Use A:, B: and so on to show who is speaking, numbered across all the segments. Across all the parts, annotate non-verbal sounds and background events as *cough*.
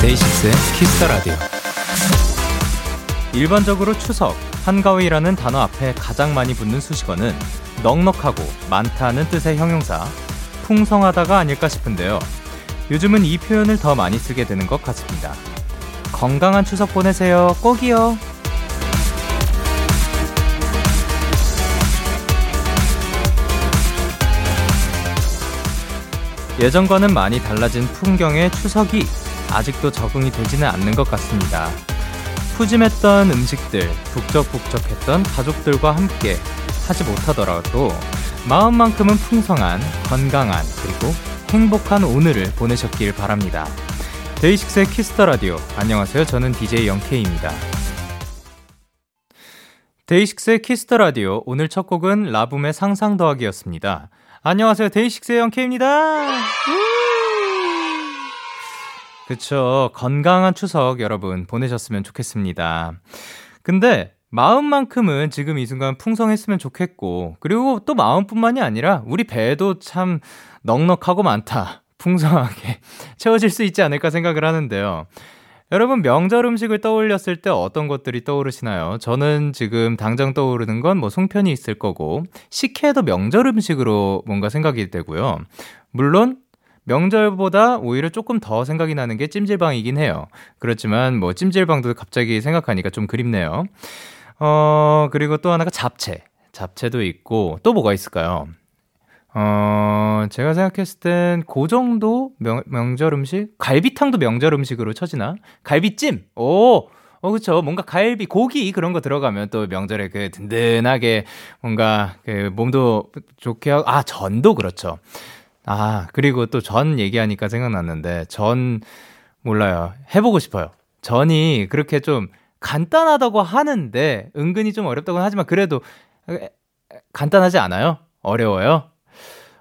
A: 데이식스의 키스터 라디오.
B: 일반적으로 추석, 한가위라는 단어 앞에 가장 많이 붙는 수식어는 넉넉하고 많다는 뜻의 형용사 풍성하다가 아닐까 싶은데요. 요즘은 이 표현을 더 많이 쓰게 되는 것 같습니다. 건강한 추석 보내세요. 꼭이요. 예전과는 많이 달라진 풍경의 추석이 아직도 적응이 되지는 않는 것 같습니다. 푸짐했던 음식들, 북적북적했던 가족들과 함께 하지 못하더라도 마음만큼은 풍성한, 건강한, 그리고 행복한 오늘을 보내셨길 바랍니다. 데이식스의 키스터 라디오. 안녕하세요. 저는 DJ 영케이입니다. 데이식스의 키스터 라디오. 오늘 첫 곡은 라붐의 상상 더하기였습니다. 안녕하세요. 데이식스의 영케이입니다. 그쵸. 건강한 추석 여러분 보내셨으면 좋겠습니다. 근데 마음만큼은 지금 이 순간 풍성했으면 좋겠고, 그리고 또 마음뿐만이 아니라 우리 배도 참 넉넉하고 많다. 풍성하게 *laughs* 채워질 수 있지 않을까 생각을 하는데요. 여러분, 명절 음식을 떠올렸을 때 어떤 것들이 떠오르시나요? 저는 지금 당장 떠오르는 건 뭐 송편이 있을 거고, 식혜도 명절 음식으로 뭔가 생각이 되고요. 물론, 명절보다 오히려 조금 더 생각이 나는 게 찜질방이긴 해요. 그렇지만 뭐 찜질방도 갑자기 생각하니까 좀 그립네요. 어, 그리고 또 하나가 잡채. 잡채도 있고 또 뭐가 있을까요? 어, 제가 생각했을 땐 그 정도 명, 명절 음식? 갈비탕도 명절 음식으로 쳐지나? 갈비찜! 오! 어, 그쵸. 뭔가 갈비, 고기 그런 거 들어가면 또 명절에 그 든든하게 뭔가 그 몸도 좋게 하고, 아, 전도 그렇죠. 아, 그리고 또 전 얘기하니까 생각났는데, 전, 몰라요. 해보고 싶어요. 전이 그렇게 좀 간단하다고 하는데, 은근히 좀 어렵다고는 하지만, 그래도 간단하지 않아요? 어려워요?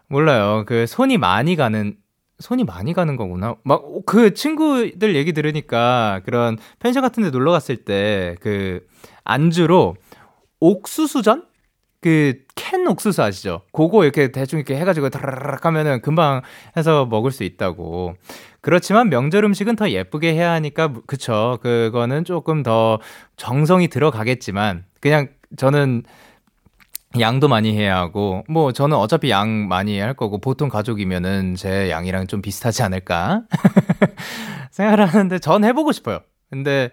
B: 몰라요. 그 손이 많이 가는, 손이 많이 가는 거구나. 막, 그 친구들 얘기 들으니까, 그런 펜션 같은 데 놀러 갔을 때, 그, 안주로, 옥수수전? 그캔 옥수수 아시죠? 그거 이렇게 대충 이렇게 해가지고 다라락 하면은 금방 해서 먹을 수 있다고. 그렇지만 명절 음식은 더 예쁘게 해야 하니까 그쵸. 그거는 조금 더 정성이 들어가겠지만 그냥 저는 양도 많이 해야 하고 뭐 저는 어차피 양 많이 할 거고 보통 가족이면은 제 양이랑 좀 비슷하지 않을까 *laughs* 생각하는데 전 해보고 싶어요. 근데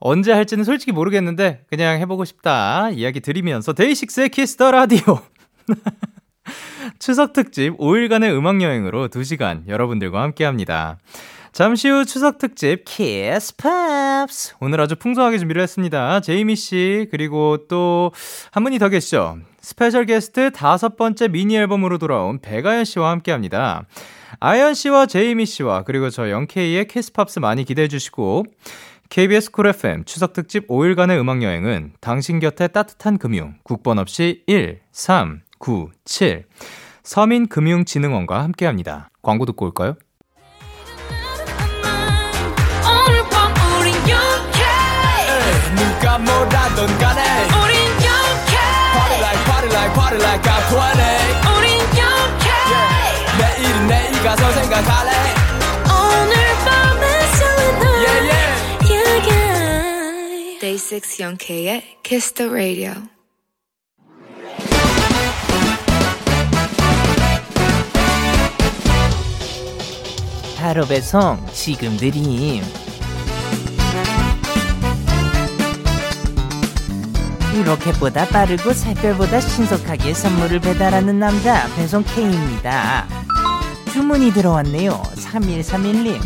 B: 언제 할지는 솔직히 모르겠는데 그냥 해보고 싶다 이야기 드리면서 데이식스의 키스터 라디오 *laughs* 추석 특집 5일간의 음악 여행으로 2시간 여러분들과 함께합니다. 잠시 후 추석 특집 키스 팝스 오늘 아주 풍성하게 준비를 했습니다. 제이미 씨 그리고 또 한 분이 더 계시죠. 스페셜 게스트 다섯 번째 미니 앨범으로 돌아온 배가연 씨와 함께합니다. 아연 씨와 제이미 씨와 그리고 저 영케이의 키스 팝스 많이 기대해 주시고 KBS 쿨 FM 추석 특집 5일간의 음악 여행은 당신 곁에 따뜻한 금융 국번 없이 1 3 9 7 서민금융진흥원과 함께합니다. 광고 듣고 올까요?
C: 예,
D: 데이식스 영케이의 Kiss the Radio
E: 바로 배송 지금 드림 로켓보다 빠르고 살별보다 신속하게 선물을 배달하는 남자 배송 K입니다 주문이 들어왔네요 3131님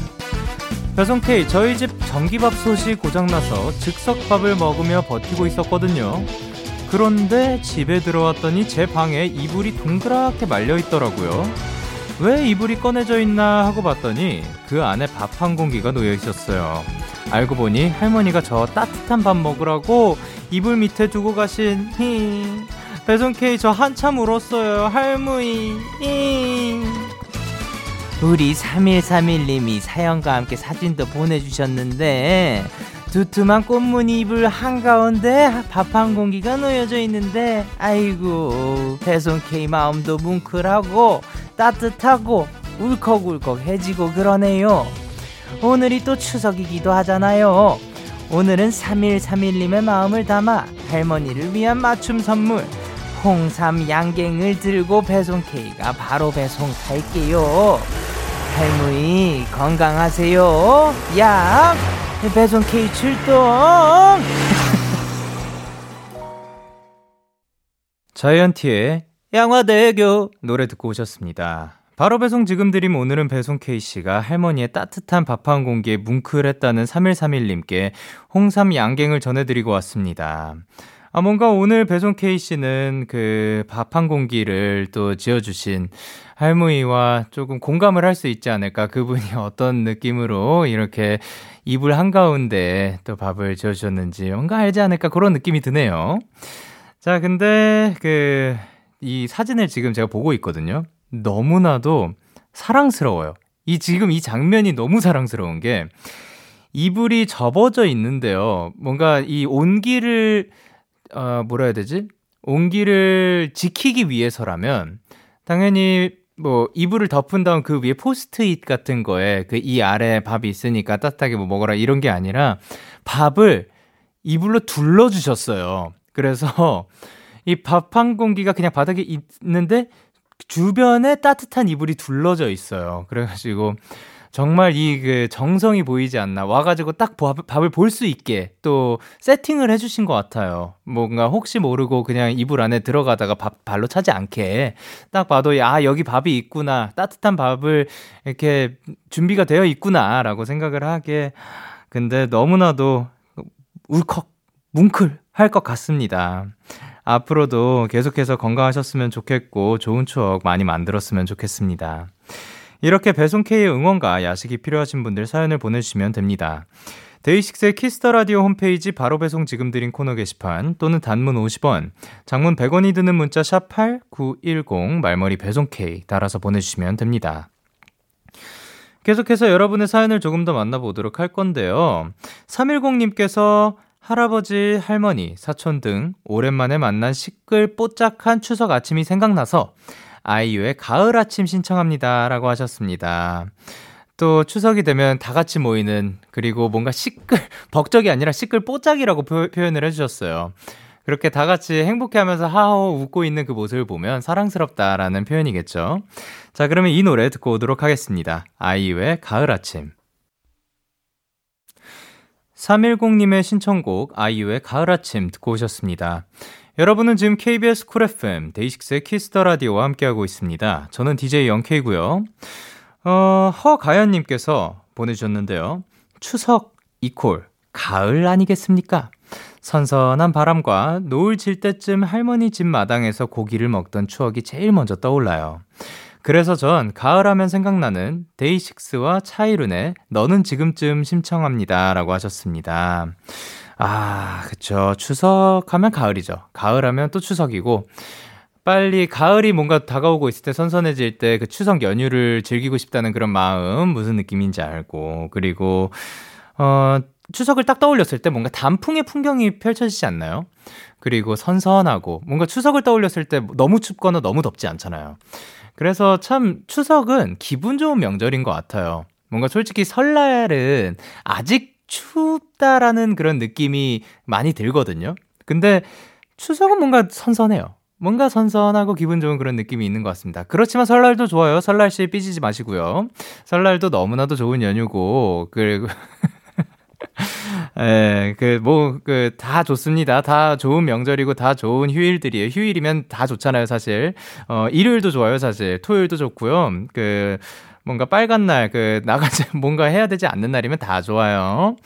B: 배송K 저희 집 전기밥솥이 고장나서 즉석밥을 먹으며 버티고 있었거든요. 그런데 집에 들어왔더니 제 방에 이불이 동그랗게 말려 있더라고요. 왜 이불이 꺼내져 있나 하고 봤더니 그 안에 밥 한 공기가 놓여 있었어요. 알고 보니 할머니가 저 따뜻한 밥 먹으라고 이불 밑에 두고 가신 히 배송 K 저 한참 울었어요. 할머니. 잉.
E: 우리 3131님이 사연과 함께 사진도 보내주셨는데 두툼한 꽃무늬 이불 한가운데 밥 한 공기가 놓여져 있는데 아이고 배송 K 마음도 뭉클하고 따뜻하고 울컥울컥해지고 그러네요 오늘이 또 추석이기도 하잖아요 오늘은 3131님의 마음을 담아 할머니를 위한 맞춤 선물 홍삼 양갱을 들고 배송 K가 바로 배송 갈게요 할머니 건강하세요 야 배송 K 출동
B: *laughs* 자이언티의 양화대교 노래 듣고 오셨습니다. 바로 배송 지금 드림 오늘은 배송 K씨가 할머니의 따뜻한 밥 한 공기에 뭉클했다는 3131님께 홍삼 양갱을 전해드리고 왔습니다. 아, 뭔가 오늘 배송 K씨는 그 밥 한 공기를 또 지어주신 할머니와 조금 공감을 할 수 있지 않을까. 그분이 *laughs* 어떤 느낌으로 이렇게 이불 한가운데 또 밥을 지어주셨는지 뭔가 알지 않을까. 그런 느낌이 드네요. 자, 근데 그 이 사진을 지금 제가 보고 있거든요. 너무나도 사랑스러워요. 이 지금 이 장면이 너무 사랑스러운 게 이불이 접어져 있는데요. 뭔가 이 온기를 어 뭐라 해야 되지? 온기를 지키기 위해서라면 당연히 뭐 이불을 덮은 다음 그 위에 포스트잇 같은 거에 그 이 아래 밥이 있으니까 따뜻하게 뭐 먹어라 이런 게 아니라 밥을 이불로 둘러주셨어요. 그래서 *laughs* 이 밥 한 공기가 그냥 바닥에 있는데 주변에 따뜻한 이불이 둘러져 있어요. 그래가지고 정말 이 그 정성이 보이지 않나 와가지고 딱 밥- 밥을 볼 수 있게 또 세팅을 해주신 것 같아요. 뭔가 혹시 모르고 그냥 이불 안에 들어가다가 밥 발로 차지 않게 딱 봐도 아 여기 밥이 있구나 따뜻한 밥을 이렇게 준비가 되어 있구나라고 생각을 하게 근데 너무나도 울컥 뭉클 할 것 같습니다. 앞으로도 계속해서 건강하셨으면 좋겠고 좋은 추억 많이 만들었으면 좋겠습니다. 이렇게 배송 K의 응원과 야식이 필요하신 분들 사연을 보내주시면 됩니다. 데이식스의 키스터 라디오 홈페이지 바로 배송 지금 드린 코너 게시판 또는 단문 50원, 장문 100원이 드는 문자 샵 #8910 말머리 배송 K 따라서 보내주시면 됩니다. 계속해서 여러분의 사연을 조금 더 만나보도록 할 건데요. 310님께서 할아버지, 할머니, 사촌 등 오랜만에 만난 시끌 뽀짝한 추석 아침이 생각나서 아이유의 가을 아침 신청합니다. 라고 하셨습니다. 또 추석이 되면 다 같이 모이는 그리고 뭔가 시끌, *laughs* 벅적이 아니라 시끌 뽀짝이라고 표, 표현을 해주셨어요. 그렇게 다 같이 행복해 하면서 하호 웃고 있는 그 모습을 보면 사랑스럽다라는 표현이겠죠. 자, 그러면 이 노래 듣고 오도록 하겠습니다. 아이유의 가을 아침. 310님의 신청곡 아이유의 가을 아침 듣고 오셨습니다. 여러분은 지금 KBS 쿨 FM 데이식스의 키스터 라디오와 함께하고 있습니다. 저는 DJ 영케이고요. 어, 허가연님께서 보내주셨는데요. 추석 이콜 가을 아니겠습니까? 선선한 바람과 노을 질 때쯤 할머니 집 마당에서 고기를 먹던 추억이 제일 먼저 떠올라요. 그래서 전 가을하면 생각나는 데이식스와 차이룬의 너는 지금쯤 신청합니다라고 하셨습니다. 아, 그쵸. 추석하면 가을이죠. 가을하면 또 추석이고. 빨리 가을이 뭔가 다가오고 있을 때 선선해질 때 그 추석 연휴를 즐기고 싶다는 그런 마음 무슨 느낌인지 알고 그리고 어 추석을 딱 떠올렸을 때 뭔가 단풍의 풍경이 펼쳐지지 않나요? 그리고 선선하고 뭔가 추석을 떠올렸을 때 너무 춥거나 너무 덥지 않잖아요. 그래서 참 추석은 기분 좋은 명절인 것 같아요. 뭔가 솔직히 설날은 아직 춥다라는 그런 느낌이 많이 들거든요. 근데 추석은 뭔가 선선해요. 뭔가 선선하고 기분 좋은 그런 느낌이 있는 것 같습니다. 그렇지만 설날도 좋아요. 설날 씨 삐지지 마시고요. 설날도 너무나도 좋은 연휴고 그리고 예, 그, 뭐, 그, 다 좋습니다. 다 좋은 명절이고, 다 좋은 휴일들이에요. 휴일이면 다 좋잖아요, 사실. 어, 일요일도 좋아요, 사실. 토요일도 좋고요. 그, 뭔가 빨간 날, 그, 나가지, *laughs* 뭔가 해야 되지 않는 날이면 다 좋아요.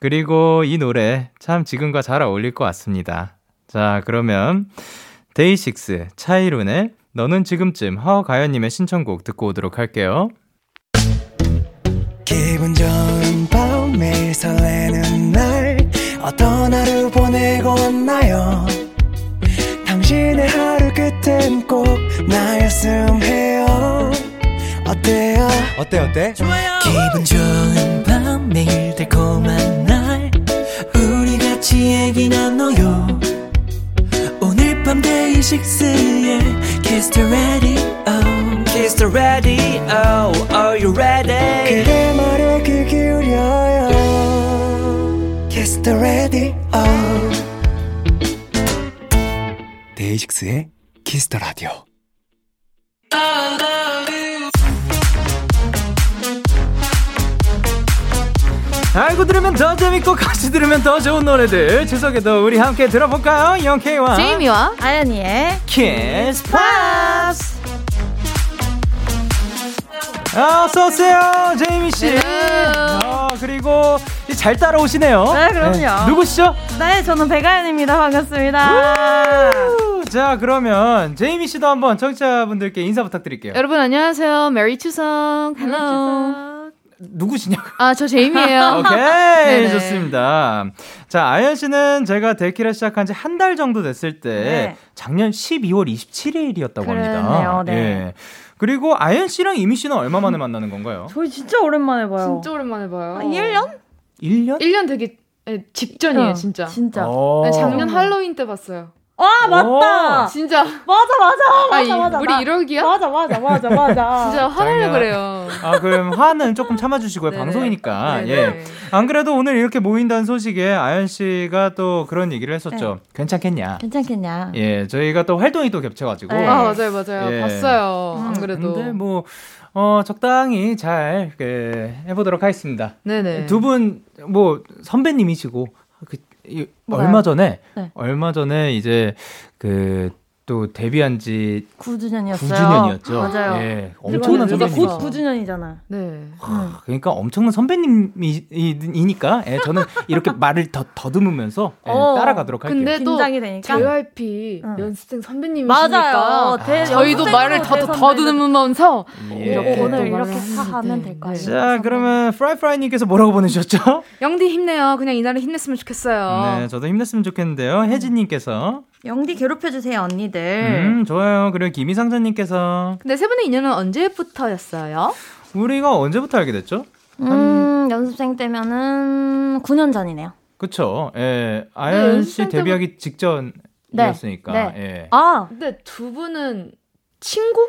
B: 그리고 이 노래, 참 지금과 잘 어울릴 것 같습니다. 자, 그러면, 데이식스, 차이룬의 너는 지금쯤 허가연님의 신청곡 듣고 오도록 할게요.
F: 기분 좋은 밤 매일 설레는 날 어떤 하루 보내고 왔나요 당신의 하루 끝엔 꼭 나였음 해요 어때요
G: 어때 어때?
F: 기분 좋은 밤 매일 달콤한 날 우리 같이 얘기 나눠요 오늘 밤 데이식스의 Kiss the Radio Kiss the Radio Are you ready 그대 말에 귀 기울여요 Kiss the Radio
G: 데이식스의 키스터 라디오.
B: 알고 들으면 더 재밌고 같이 들으면 더 좋은 노래들 추석에도 우리 함께 들어볼까요? 영케이와
C: 제이미와 아연이의
B: 키스 팝스 아, 어서 오세요 제이미 씨.
C: 네.
B: 아, 그리고 잘 따라오시네요.
C: 네, 그럼요.
B: 누구시죠?
C: 네, 저는 백아연입니다. 반갑습니다.
B: 우! 자 그러면 제이미 씨도 한번 청취자분들께 인사 부탁드릴게요.
H: 여러분 안녕하세요. 메리 추석. 헬로.
B: 누구시냐고?
H: 아, 저
B: *laughs*
H: 제이미예요.
B: 오케이
H: 네네.
B: 좋습니다. 자 아연 씨는 제가 데키를 시작한 지 한 달 정도 됐을 때
C: 네.
B: 작년 12월 27일이었다고 합니다.
C: 그러네요, 네.
B: 예. 그리고 아연 씨랑 이미 씨는 얼마 만에 만나는 건가요?
C: 저희 진짜 오랜만에 봐요.
H: 진짜 오랜만에 봐요.
C: 아, 1년?
B: 1년?
H: 1년 되게 예, 직전이에요, 진짜.
C: 진짜.
B: 어.
H: 아니, 작년 할로윈 때 봤어요.
C: 아, 맞다!
H: 진짜.
C: 맞아, 맞아! 맞아,
H: 아니,
C: 맞아.
H: 우리
C: 나-
H: 이러기야?
C: 맞아, 맞아, 맞아, 맞아.
H: *laughs* 진짜 화내려
B: 작년-
H: 그래요.
B: 아 그럼 화는 조금 참아주시고요
H: 네네.
B: 방송이니까
H: 네네.
B: 예. 안 그래도 오늘 이렇게 모인다는 소식에 아연 씨가 또 그런 얘기를 했었죠.
H: 네.
B: 괜찮겠냐?
C: 괜찮겠냐?
B: 예, 저희가 또 활동이 또 겹쳐가지고.
C: 네.
H: 아, 맞아요, 맞아요.
B: 예.
H: 봤어요.
C: 음,
H: 안 그래도.
B: 근데 뭐, 어, 적당히 잘, 그, 해보도록 하겠습니다.
H: 네네.
B: 두 분, 뭐, 선배님이시고, 그, 이,
C: 뭐가요?
B: 얼마 전에,
C: 네.
B: 얼마 전에 이제, 그, 또 데뷔한 지
C: 9주년이었어요.
B: 9주년이었죠.
C: 맞아요.
B: 예, 엄청난
C: 진짜
B: 선배님.
C: 곧 9주년이잖아. 음.
H: 네.
B: 그러니까 엄청난 선배님이니까, 예, 저는
C: *laughs*
B: 이렇게 말을 더, 더듬으면서 예,
C: 어,
B: 따라가도록 할게요.
H: 근데 또
C: 긴장이 되니까.
H: JYP
C: 응.
H: 연습생 선배님이시니까
C: 맞아요. 대-
H: 저희도 말을 더
C: 대선배들.
H: 더듬으면서
B: 예.
H: 이렇게
C: 오늘
H: 또
C: 이렇게
H: 말을
C: 하면
H: 하는데.
C: 될 거예요.
H: 네.
B: 자, 그러면 프라이프라이님께서 뭐라고 보내주셨죠?
H: 영디 힘내요. 그냥 이날에 힘냈으면 좋겠어요.
B: 네, 저도 힘냈으면 좋겠는데요. 혜진님께서
C: 영디 괴롭혀주세요, 언니들.
H: 예.
B: 음, 좋아요. 그리고 김희상자님께서
H: 근데 세 분의 인연은 언제부터였어요?
B: 우리가 언제부터 알게 됐죠?
C: 음, 연습생 때면은 9년 전이네요.
B: 그쵸? 예,
H: 네,
B: 아연 씨
H: 연습생 때부-
B: 데뷔하기 직전이었으니까.
C: 네.
B: 예.
C: 아,
H: 근데 두 분은 친구?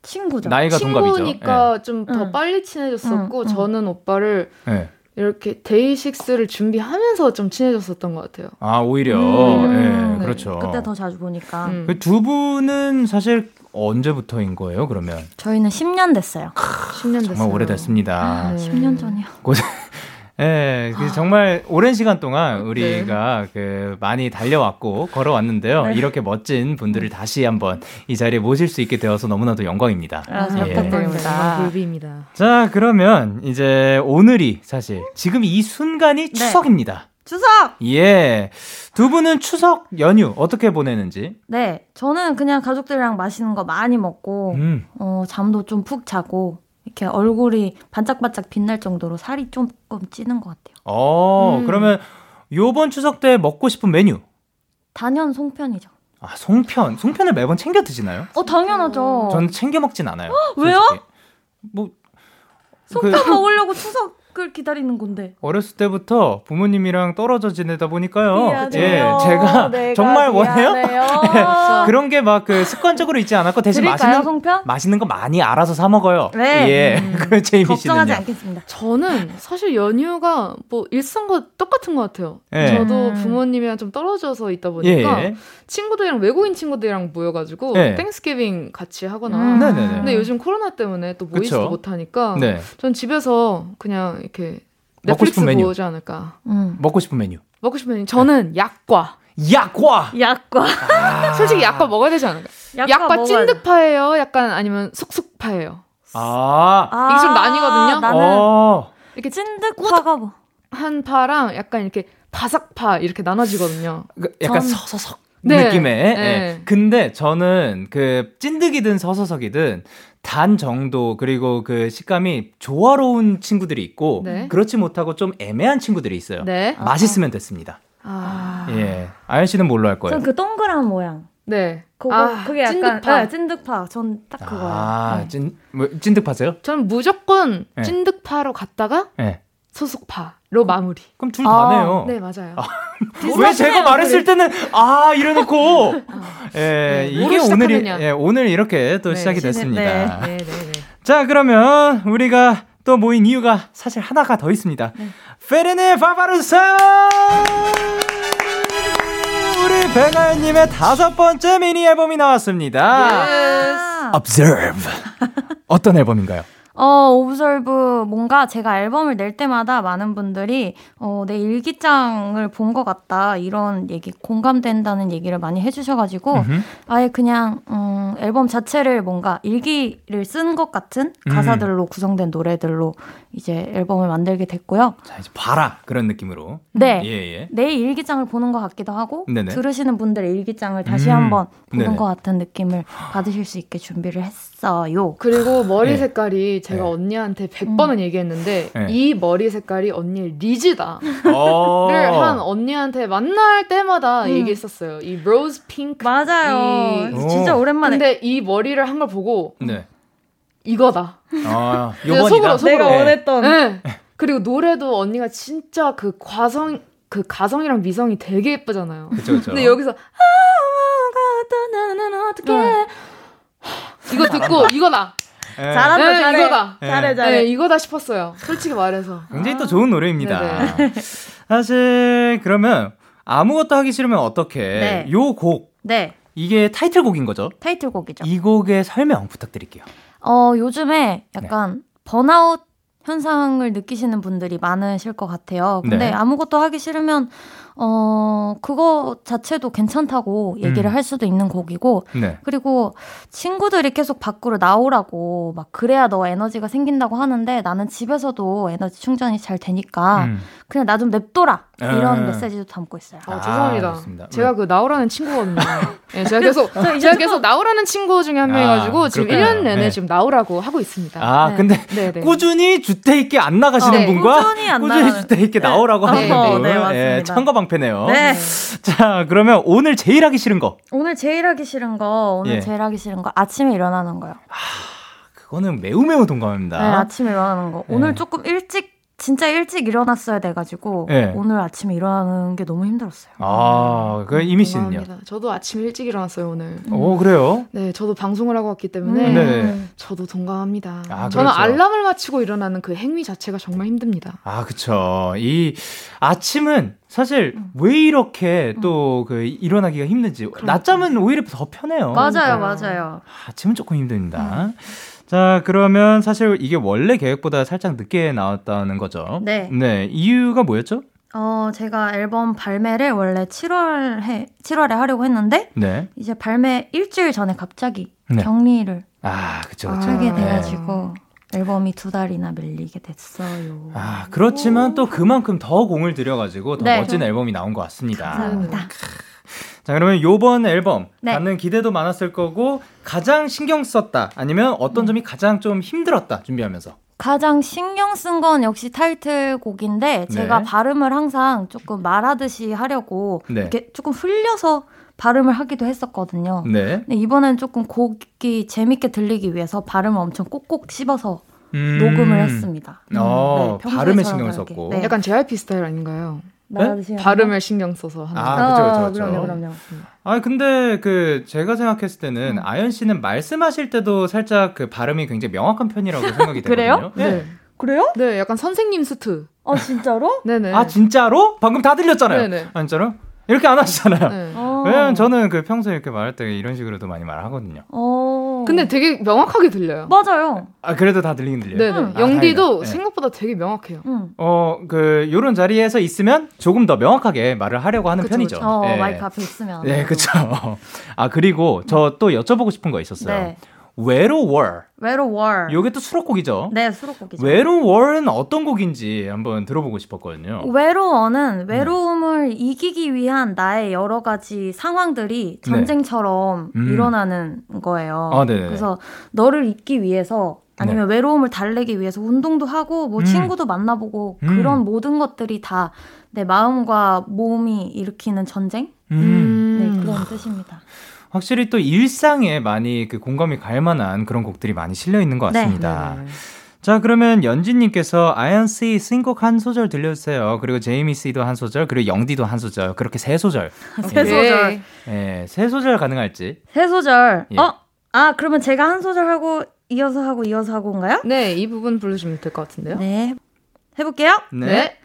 C: 친구죠.
B: 나이가 동갑이죠.
H: 친구니까 좀 더
C: 응.
H: 빨리 친해졌었고
C: 응, 응.
H: 저는 오빠를
B: 예. 예.
H: 이렇게 데이식스를 준비하면서 좀 친해졌었던 것 같아요.
B: 아 오히려
C: 음,
B: 예,
H: 네.
B: 그렇죠.
C: 그때 더 자주 보니까.
H: 음.
B: 그두 분은 사실 언제부터인 거예요? 그러면
C: 저희는 10년 됐어요.
H: 10년 됐어요.
B: 정말 오래됐습니다.
H: 네.
C: 10년 전이요.
B: 예, 그 정말 오랜 시간 동안 우리가
H: 네.
B: 그 많이 달려왔고 걸어왔는데요. 이렇게 멋진 분들을 다시 한번 이 자리에 모실 수 있게 되어서 너무나도 영광입니다.
H: 아,
C: 잘
B: 예.
C: 부탁드립니다.
H: 불비입니다.
B: 자, 그러면 이제 오늘이 사실 지금 이
C: 네.
B: 순간이 추석입니다.
C: 추석!
B: 예. 두 분은 추석 연휴 어떻게 보내는지?
C: 네, 저는 그냥 가족들이랑 맛있는 거 많이 먹고,
B: 음.
C: 어, 잠도 좀 푹 자고, 이렇게 얼굴이 반짝반짝 빛날 정도로 살이 조금 찌는 것 같아요.
B: 어,
H: 음.
B: 그러면 요번 추석 때 먹고 싶은 메뉴.
C: 단연 송편이죠.
B: 아, 송편. 송편을 매번 챙겨 드시나요?
C: 어, 당연하죠.
B: 저는 챙겨 먹진 않아요.
C: 왜요?
B: 솔직히. 뭐
C: 송편
B: 그-
C: 먹으려고 추석을 기다리는 건데.
B: 어렸을 때부터 부모님이랑 떨어져 지내다 보니까요.
C: 미안해요.
B: 예, 제가
C: 내가
B: 정말 원해요. *laughs* 네,
C: 미안해요.
B: 그런 게 막 그 습관적으로 있지 않았고 대신
C: 드릴까요,
B: 맛있는
C: 송편?
B: 맛있는 거 많이 알아서 사 먹어요.
C: 네.
B: 예. *laughs* 그 제이미
C: 걱정하지
B: 씨는요.
C: 않겠습니다.
H: 저는 사실 연휴가 뭐 일상과 똑같은 것 같아요.
B: 예.
H: 저도
C: 음.
H: 부모님이랑 좀 떨어져서 있다
B: 예.
H: 보니까 친구들이랑 외국인 친구들이랑 모여가지고
B: 예.
H: 땡스기빙 같이 하거나
C: 음.
B: 네네네.
H: 근데 요즘 코로나 때문에 또
B: 그쵸.
H: 모이지도 못하니까
B: 네.
H: 전 집에서 그냥 이렇게
B: 먹고
H: 넷플릭스
B: 싶은 메뉴.
H: 보지 않을까
C: 음.
B: 먹고 싶은 메뉴.
H: 먹고 싶은 메뉴
B: 네.
H: 저는 약과
C: *laughs*
B: 약과.
C: 약과.
B: 아.
H: 솔직히 약과 먹어야 되지 않을까 약과, 찐득파예요 약간 아니면 쑥쑥파예요
B: 아.
H: 이게 좀 나뉘거든요?
C: 나는
B: 어.
C: 이렇게 찐득파가 뭐.
H: 한 파랑 약간 이렇게 바삭파 이렇게 나눠지거든요
B: 그 약간
C: 전-
B: 서서석
H: 네.
B: 느낌의.
H: 네.
B: 예. 근데 저는 그 찐득이든 서서석이든 단 정도 그리고 그 식감이 조화로운 친구들이 있고
H: 네.
B: 그렇지 못하고 좀 애매한 친구들이 있어요.
H: 네
B: 맛있으면 됐습니다.
H: 아.
B: 예. 아연 씨는 뭘로 할 거예요?
C: 전 그 동그란 모양.
H: 네.
C: 그거
H: 아,
C: 그게 약간
H: 찐득파.
C: 네, 찐득파. 전 딱 그거예요.
B: 아,
C: 네.
B: 찐, 뭐, 찐득파세요?
H: 저는 무조건
B: 네. 어.
H: 찐득파로 갔다가
B: 예. 네.
H: 소속파로 마무리.
B: 그럼 둘 다네요.
H: 네, 맞아요.
B: 왜 제가 말했을 때는 아
H: *laughs*
B: 이래놓고 예
H: 어. 네,
B: 이게
H: 뭐로
B: 오늘이
H: 시작하느냐.
B: 예, 오늘 이렇게 또
H: 네,
B: 시작이
C: 시작,
B: 됐습니다.
H: 네, 네, 네.
B: 자 그러면 우리가 또 모인 이유가 사실 하나가 더 있습니다. 페르네 바바르사 우리 백아연님의 다섯 번째 미니 앨범이
H: 예.
B: 나왔습니다.
C: 아.
B: Observe *laughs* 어떤 앨범인가요?
C: 어, 오브설브 뭔가 제가 앨범을 낼 때마다 많은 분들이 어, 내 일기장을 본 것 같다 이런 얘기 공감된다는 얘기를 많이 해주셔가지고
B: 음흠.
C: 아예 그냥 음, 앨범 자체를 뭔가 일기를 쓴 것 같은
B: 음.
C: 가사들로 구성된 노래들로 이제 앨범을 만들게 됐고요.
B: 자 이제 봐라 그런 느낌으로
C: 네.
B: 음.
H: *laughs*
B: 예예
C: 내 일기장을 보는 것 같기도 하고
B: 네네.
C: 들으시는 분들의 일기장을 다시
B: 음,
C: 한번 보는
B: 네네.
C: 것 같은 느낌을 받으실 수 있게 준비를 했어요.
H: 그리고 머리
B: 네.
H: 색깔이 제가
B: 네.
H: 언니한테
C: 음.
H: 100번은 얘기했는데
B: 네.
H: 이 머리 색깔이 언니의 리즈다.
B: 어.
H: 를 한 언니한테 만날 때마다
C: 음.
H: 얘기했었어요. 이 로즈 핑크.
C: 맞아요.
H: 이-
B: 오.
C: 진짜 오랜만에
H: 근데 이 머리를 한 걸 보고
B: 네.
H: 이거다.
B: 아,
H: 그냥 속으로,
B: 요번이다.
H: 속으로.
C: 내가
B: 네.
C: 원했던
H: 네. 그리고 노래도 언니가 진짜 그 과성 그 가성이랑 미성이 되게 예쁘잖아요.
B: 그쵸, 그쵸.
H: 근데 여기서
C: 아무것도 나는 어떻게
H: 네. 이거 듣고 이거다.
B: 예.
C: 잘한다
H: 네,
C: 잘해
H: 이거다.
C: 잘해
H: 네,
C: 잘해
H: 이거다 싶었어요. 솔직히 말해서.
B: 굉장히 또 좋은 노래입니다.
C: 네,
B: *laughs* 사실 그러면 아무것도 하기 싫으면 어떻게
C: 네.
B: 요 곡
C: 네
B: 이게 타이틀곡인 거죠?
C: 타이틀곡이죠
B: 이 곡의 설명 부탁드릴게요.
C: 어 요즘에 약간
B: 네.
C: 번아웃 현상을 느끼시는 분들이 많으실 것 같아요 근데
B: 네.
C: 아무것도 하기 싫으면 어 그거 자체도 괜찮다고 얘기를
B: 음.
C: 할 수도 있는 곡이고
B: 네.
C: 그리고 친구들이 계속 밖으로 나오라고 막 그래야 너 에너지가 생긴다고 하는데 나는 집에서도 에너지 충전이 잘 되니까
B: 음.
C: 그냥 나 좀 냅둬라 이런
B: 음.
C: 메시지도 담고 있어요.
H: 아,
B: 아,
H: 죄송합니다.
B: 좋습니다.
H: 제가 그
B: *laughs*
H: 나오라는 친구거든요. 예, 제가 계속
C: 저
H: 제가 계속 나오라는 친구 중에 한 명이가지고
B: 아,
H: 지금
B: 그렇구나.
H: 1년 내내
B: 네.
H: 지금 나오라고 하고 있습니다.
B: 아
C: 네.
B: 근데
H: 네, 네.
B: 꾸준히 주택 있게 안 나가시는
H: 네.
B: 분과
C: 꾸준히 안
B: 꾸준히
C: 나가는-
B: 주택 있게
C: 네.
B: 나오라고 하는
H: 어,
B: 분,
C: 네, 맞습니다.
B: 예, 천거방패네요.
C: 네.
B: 자 그러면 오늘 제일 하기 싫은 거
C: 오늘 제일 하기 싫은 거, 오늘
B: 예.
C: 제일 하기 싫은 거, 아침에 일어나는 거요.
B: 그거는 매우 매우
C: 네,
B: 동감합니다.
C: 아침에 일어나는 거.
B: 네.
C: 오늘 조금 일찍, 진짜 일찍 일어났어야 돼가지고,
B: 네.
C: 오늘 아침에 일어나는 게 너무 힘들었어요.
B: 아, 그 이미 씨는요?
H: 죄송합니다. 저도 아침 일찍 일어났어요 오늘.
B: 오 그래요?
H: 네, 저도 방송을 하고 왔기 때문에
C: 음.
B: 네.
H: 저도 동감합니다.
B: 아, 그렇죠.
H: 저는 알람을 맞추고 일어나는 그 행위 자체가 정말 힘듭니다.
B: 아, 그쵸. 이 아침은 사실
C: 음.
B: 왜 이렇게 또 그 일어나기가 힘든지 낮잠은 오히려 더 편해요.
C: 그러니까.
B: 네.
C: 맞아요, 음.
H: 그러니까요.
C: 맞아요.
B: 아침은 조금 힘듭니다. 자, 그러면 사실 이게 원래 계획보다 살짝 늦게 나왔다는 거죠.
C: 네.
B: 이유가 뭐였죠?
C: 어, 제가 앨범 발매를 원래 7월 해, 7월에 하려고 했는데,
B: 네.
C: 이제 발매 일주일 전에 갑자기
B: 네.
C: 격리를
B: 아, 그쵸,
H: 아,
B: 그쵸.
C: 하게
H: 네.
C: 돼가지고, 앨범이 두 달이나 밀리게 됐어요.
B: 아, 그렇지만 또 그만큼 더 공을 들여가지고 더
C: 네.
B: 멋진 앨범이 나온 것 같습니다.
C: 감사합니다.
B: 자, 그러면 요번 앨범
C: 네.
B: 받는 기대도 많았을 거고 가장 신경 썼다 아니면
C: 음.
B: 어떤 점이 가장 좀 힘들었다 준비하면서
C: 어. 가장 신경 쓴 건 역시 타이틀곡인데 제가
B: 네.
C: 발음을 항상 조금 말하듯이 하려고
B: 네.
C: 이렇게 조금 흘려서 발음을 하기도 했었거든요.
B: 네.
C: 근데 이번엔 조금 곡이 재밌게 들리기 위해서 발음을 엄청 꼭꼭 씹어서 녹음을 했습니다.
B: 어,
C: 네, 평소에
B: 발음에
C: 저랑
B: 신경을
C: 다르게.
B: 썼고.
C: 네.
H: 약간 JYP 스타일 아닌가요?
C: 말하듯이 하는
H: 발음을 신경 써서 하는.
B: 아,
H: 거.
B: 그쵸, 그쵸,
C: 어,
B: 그쵸.
C: 네? 그럼요, 그럼요.
B: 아, 근데 그 제가 생각했을 때는
C: 음.
B: 아연 씨는 말씀하실 때도 살짝 그 발음이 굉장히 명확한 편이라고 생각이
C: *laughs* 그래요?
B: 되거든요. 예.
H: 네.
C: 그래요?
H: 네, 약간 선생님 수트.
C: 아 진짜로?
H: 네네.
B: 아, 진짜로? 방금 다 들렸잖아요.
H: 네네.
B: 아, 진짜로? 이렇게 안 하시잖아요.
H: 네.
C: 어.
B: *laughs* 왜냐면 저는 그 평소에 이렇게 말할 때 이런 식으로도 많이 말하거든요.
C: 어.
H: 근데 되게 명확하게 들려요.
C: 맞아요.
B: 아, 그래도 다 들리긴 들려요.
H: 네네.
C: 음.
H: 영디도
B: 아, 다행이다. 네.
H: 생각보다 되게 명확해요.
C: 응.
B: 어, 그, 요런 자리에서 있으면 조금 더 명확하게 말을 하려고 하는
H: 그쵸,
B: 편이죠.
C: 어
B: 예.
C: 마이크 앞에 있으면.
B: 네, 그쵸. *laughs* 아, 그리고 저 또 여쭤보고 싶은 거 있었어요.
C: 네.
B: 외로워.
C: 외로워.
B: 요게 또 수록곡이죠.
C: 네 수록곡이죠.
B: 외로워는 어떤 곡인지 한번 들어보고 음. 싶었거든요.
C: 외로워는 외로움을 이기기 위한 나의 여러 가지
B: 네.
C: 상황들이 전쟁처럼
B: 음.
C: 일어나는 거예요.
B: 아, 네네네. 네.
C: 그래서 너를 잊기 위해서 아니면 외로움을 달래기 위해서 운동도 하고 뭐
B: 음.
C: 친구도 만나보고
B: 음.
C: 그런 모든 것들이 다 내 마음과 몸이 일으키는 전쟁?
B: 음.
C: 네, 그런 뜻입니다.
B: 확실히 또 일상에 많이 그 공감이 갈 만한 그런 곡들이 많이 실려 있는 것
C: 네.
B: 같습니다. 자, 그러면 연진님께서 아연 씨 신곡 한 소절 들려주세요. 그리고 제이미 씨도 한 소절, 그리고 영디도 한 소절, 그렇게 세 소절.
C: 세 소절.
H: 네.
B: 예, 세 소절 가능할지.
C: 세 소절.
B: 예.
C: 어? 아, 그러면 제가 한 소절 하고 이어서 하고 이어서 하고인가요?
H: 네, 이 부분 부르시면 될 것 같은데요.
C: 네. 해볼게요.
H: 네.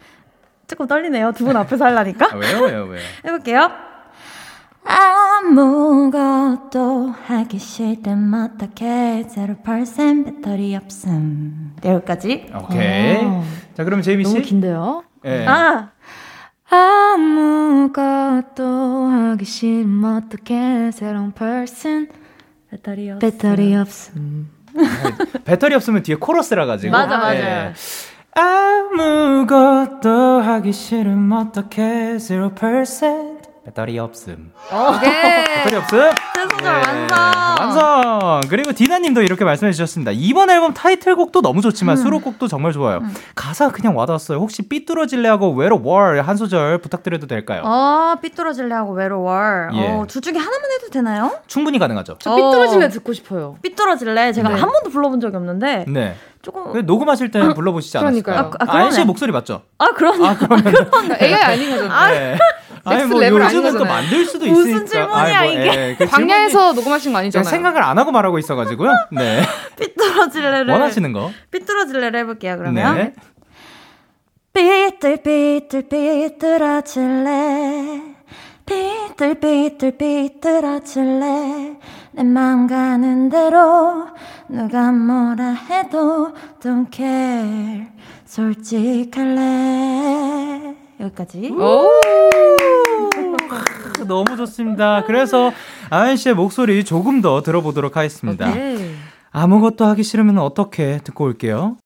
C: 조금 떨리네요. 두 분 앞에서 하려니까.
B: 아, 왜요, 왜요, 왜요?
C: 해볼게요. 아무것도 하기 싫을 때마다 계제로 펄센 배터리 없음. 네, 여기까지.
B: 오케이.
H: 어.
B: 자, 그럼 제이미
H: 너무
B: 씨.
H: 긴데요.
B: 예.
C: 아,
H: 아무것도 하기 싫으면
C: 뭐
H: 어떡해 새로운 person
C: 배터리 없음.
H: 배터리 없음
B: 배터리 없으면 뒤에 코러스라 가지고.
C: 맞아, 맞아.
B: 아무것도 하기 싫음 어떡해 0% 배터리 없음.
C: 네.
B: *laughs* 배터리 없음.
C: 세 소절
B: 예,
C: 네, 완성.
B: 완성. 그리고 디나님도 이렇게 말씀해 주셨습니다. 이번 앨범 타이틀곡도 너무 좋지만 수록곡도 정말 좋아요. 가사가 그냥 와닿았어요. 혹시 삐뚤어질래 하고 외로 월한 소절 부탁드려도 될까요?
C: 어, 삐뚤어질래 하고 외로워.
B: 예.
C: 어, 둘 중에 하나만 해도 되나요?
B: 충분히 가능하죠.
H: 저 삐뚤어질래 듣고 싶어요
C: 삐뚤어질래 제가 한 번도 불러본 적이 없는데
B: 네.
C: 조금
B: 근데 녹음하실 때는 불러보시지 않았을까요?
H: 그러니까요.
C: 아, 그- 아,
B: 아연 씨의
C: 그러네.
B: 목소리 맞죠?
C: 아 그러네
B: 아 그러면
H: AI 그러니까 아닌 거죠
B: 네. 아니 뭐
H: 넥스트 레벨 아닌
B: 요즘은 또
H: 거잖아요.
B: 만들 수도 있으니까
C: 무슨 질문이야,
B: 아니, 뭐, 예, 그 질문이
H: 광야에서 녹음하신 거
B: 제가
H: 아니잖아요
B: 생각을 안 하고 말하고 있어가지고요. 네
C: 삐뚤어질래를
B: 원하시는 거.
C: 삐뚤어질래를 해볼게요 그러면
B: 네.
C: 삐뚤삐뚤삐뚤어질래 삐뚤삐뚤삐뚤어질래 내 마음 가는 대로 누가 뭐라 해도 don't care 솔직할래 여기까지
B: 너무 좋습니다. 그래서 아연 씨의 목소리 조금 더 들어보도록 하겠습니다.
H: 네.
B: 아무것도 하기 싫으면 어떻게 듣고 올게요.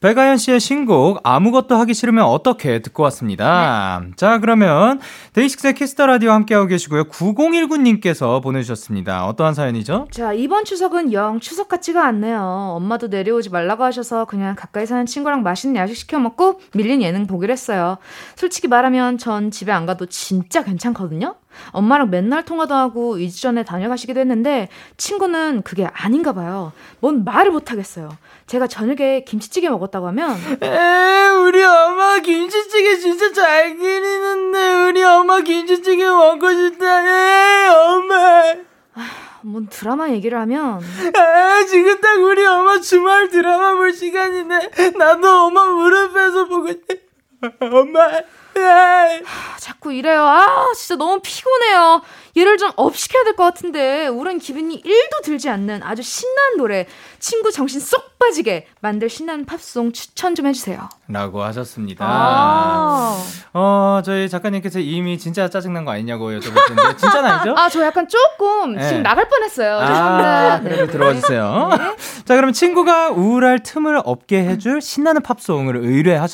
B: 백아연 씨의 신곡 아무것도 하기 싫으면 어떻게 듣고 왔습니다. 자 그러면 데이식스의 키스터 라디오 함께하고 계시고요. 9019님께서 보내주셨습니다. 어떠한 사연이죠?
H: 자 이번 추석은 영 추석 같지가 않네요 엄마도 내려오지 말라고 하셔서 그냥 가까이 사는 친구랑 맛있는 야식 시켜 먹고 밀린 예능 보기로 했어요 솔직히 말하면 전 집에 안 가도 진짜 괜찮거든요 엄마랑 맨날 통화도 하고 2주 전에 다녀가시기도 했는데 친구는 그게 아닌가 봐요 뭔 말을 못하겠어요 제가 저녁에 김치찌개 먹었다고 하면
B: 에 우리 엄마 김치찌개 진짜 잘 끓이는데 우리 엄마 김치찌개 먹고 싶다. 에 엄마.
H: 뭔 드라마 얘기를 하면
B: 아, 지금 딱 우리 엄마 주말 드라마 볼 시간인데 나도 엄마 무릎에서 보고 싶- 엄마 아.
H: 아, 자꾸 이래요. 아, 진짜 너무 피곤해요. 얘를 좀 업시켜야 될 것 같은데 우울한 기분이 1도 들지 않는 아주 신나는 노래 친구 정신 쏙 빠지게 만들 신나는 팝송 추천 좀 해주세요.
B: 라고 하셨습니다.
C: 아.
B: 어, 저희 작가님께서 이미 진짜 짜증난 거 아니냐고 여쭤보셨는데 진짜는 아니죠?
H: 아, 저 약간 조금
B: 어? 네.
H: 지금 나갈 뻔했어요.
B: 아,
H: 죄송합니다. 네.
B: 그래도 들어와 주세요.
C: 네.
B: 자, 그럼 친구가 우울할 틈을 없게 해줄 신나는 팝송을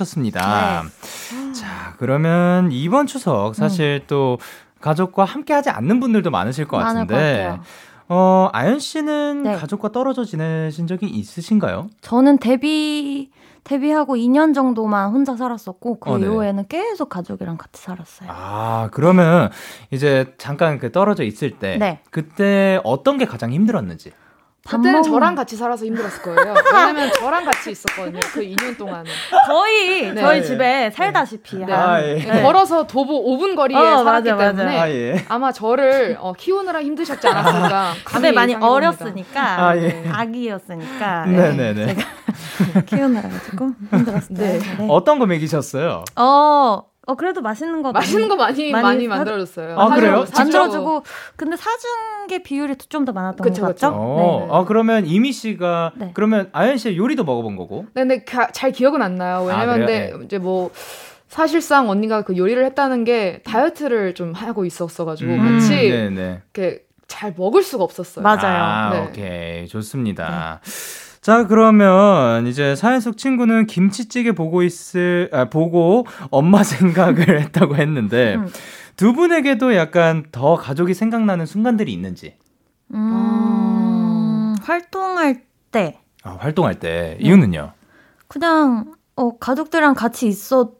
B: 의뢰하셨습니다.
C: 네.
B: 자, 그러면 이번
C: 음.
B: 추석 사실 또 가족과 함께 하지 않는 분들도 많으실 것
C: 많을 것
B: 같은데,
C: 같아요.
B: 어, 아연 씨는
C: 네.
B: 가족과 떨어져 지내신 적이 있으신가요?
C: 저는 데뷔 데뷔하고 2년 정도만 혼자 살았었고 그
B: 어, 네.
C: 이후에는 계속 가족이랑 같이 살았어요.
B: 아, 그러면 이제 잠깐 그 떨어져 있을 때,
C: 네.
B: 그때 어떤 게 가장 힘들었는지.
H: 그때는
C: 먹는-
H: 저랑 같이 살아서 힘들었을 거예요. 왜냐면 저랑 같이 있었거든요. 그 2년 동안은.
C: 거의
H: 네.
C: 저희 집에 살다시피
H: 네.
C: 한
B: 아, 예.
C: 네.
H: 걸어서 도보 5분 거리에
C: 어,
H: 살았기
C: 맞아, 맞아.
H: 때문에
B: 아, 예.
H: 아마 저를 어, 키우느라 힘드셨지 않았을까.
C: *laughs* 다들
H: 감히
C: 많이
H: 예상해봅니다.
C: 어렸으니까 네,
B: 아, 예. *laughs*
C: 아기였으니까
B: 네, 네, 네.
C: 네, 키우느라 조금 힘들었어요.
H: 네.
C: 네.
B: 어떤 거 먹이셨어요?
C: 어, 어 그래도 맛있는 거
H: 맛있는 거 많이
C: 많이
H: 많이,
C: 사-
H: 만들어줬어요.
B: 아, 그래요?
H: 사주고,
C: 만들어주고 근데 사준 게 비율이 좀 더 많았던
H: 그쵸,
C: 것 같죠?
H: 그쵸.
B: 어,
H: 네.
B: 아 그러면 이미 씨가
C: 네.
B: 그러면 아연 씨의 요리도 먹어본 거고.
H: 네, 근데 가- 잘 기억은 안 나요.
B: 아,
H: 왜냐면
B: 그래요?
H: 근데 이제 뭐 사실상 언니가 그 요리를 했다는 게 다이어트를 좀 하고 있었어가지고
B: 음,
H: 같이
B: 네네.
H: 이렇게 잘 먹을 수가 없었어요.
C: 맞아요.
B: 아,
H: 네.
B: 오케이 좋습니다. 자 그러면 이제 사연 속 친구는 김치찌개 보고 있을 아, 보고 엄마 *laughs* 생각을 했다고 했는데
C: 음.
B: 두 분에게도 약간 더 가족이 생각나는 순간들이 있는지
C: 음, 활동할 때
B: 아, 활동할 때 이유는요?
C: 그냥 어 가족들이랑 같이 있었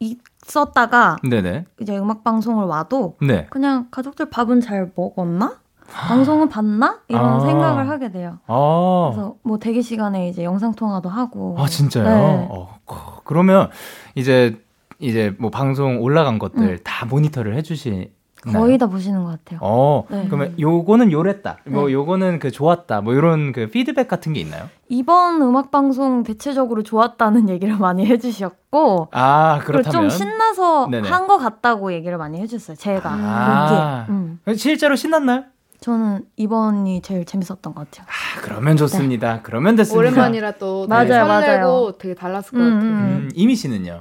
C: 있었다가
B: 네네
C: 이제 음악 방송을 와도
B: 네.
C: 그냥 가족들 밥은 잘 먹었나? 방송은 봤나? 이런
B: 아.
C: 생각을 하게 돼요.
B: 아,
C: 그래서 뭐 대기 시간에 이제 영상 통화도 하고.
B: 아 진짜요?
C: 네.
B: 어, 크, 그러면 이제 이제 뭐 방송 올라간 것들
C: 음.
B: 다 모니터를 해주시.
C: 거의 다 보시는 것 같아요.
B: 어,
C: 네.
B: 그러면 요거는 요랬다. 뭐
C: 네.
B: 요거는 그 좋았다. 뭐 요런 그 피드백 같은 게 있나요?
C: 이번 음악 방송 대체적으로 좋았다는 얘기를 많이 해주셨고
B: 아,
C: 그리고
B: 그렇다면.
C: 좀 신나서
B: 네네.
C: 한 것 같다고 얘기를 많이 해주셨어요. 제가
B: 아.
C: 보기에. 음.
B: 실제로 신났나요?
C: 저는 이번이 제일 재밌었던 것 같아요.
B: 아, 그러면 좋습니다. 그러면 됐습니다.
H: 네. 오랜만이라 또 되게
C: 맞아요,
H: 설레고
C: 맞아요.
H: 되게 달랐을 것
C: 음,
H: 같아요.
C: 음.
B: 음, 이미 씨는요?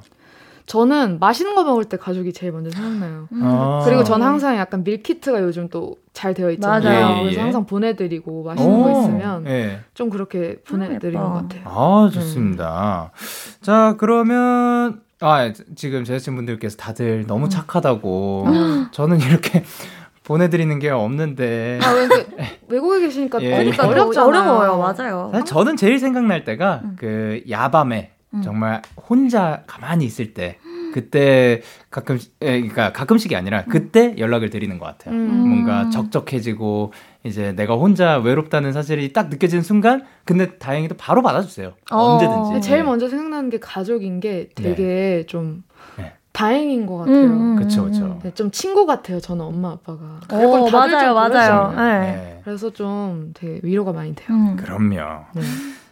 H: 저는 맛있는 거 먹을 때 가족이 제일 먼저 생각나요.
C: 음.
B: 아.
H: 그리고 저는 항상 약간 밀키트가 요즘 또 잘 되어 있잖아요.
C: 맞아요.
B: 예, 예.
H: 그래서 항상 보내드리고 맛있는 거
B: 오,
H: 있으면
B: 어. 예.
H: 좀 그렇게 보내드리는
C: 아, 예뻐.
H: 것 같아요.
B: 아, 좋습니다. 음. 자, 그러면 아, 지금 제자친분들께서 다들 너무 착하다고 저는 이렇게 *laughs* 보내드리는 게 없는데
H: 아, 왜 *laughs* 그- 외국에 계시니까
B: 예.
H: 그러니까
C: 어,
H: 어렵잖아요.
C: 어려워요, 맞아요.
B: 사실 저는 제일 생각날 때가
C: 음.
B: 그 야밤에
C: 음.
B: 정말 혼자 가만히 있을 때 그때 가끔 에, 그러니까 가끔씩이 아니라 그때 연락을 드리는 것 같아요.
H: 음.
B: 뭔가 적적해지고 이제 내가 혼자 외롭다는 사실이 딱 느껴지는 순간 근데 다행히도 바로 받아주세요.
C: 어.
B: 언제든지.
H: 제일
B: 네.
H: 먼저 생각나는 게 가족인 게 되게 좀
B: 네.
H: 다행인 것 같아요.
C: 음, 음,
B: 그쵸,
C: 음,
B: 그쵸.
H: 네, 좀 친구 같아요. 저는 엄마 아빠가.
C: 오,
H: 그걸 다들
C: 맞아요,
H: 좀
C: 맞아요.
H: 모르잖아요.
C: 네.
H: 그래서 좀 되게 위로가 많이 돼요.
C: 음.
B: 그럼요.
H: 네.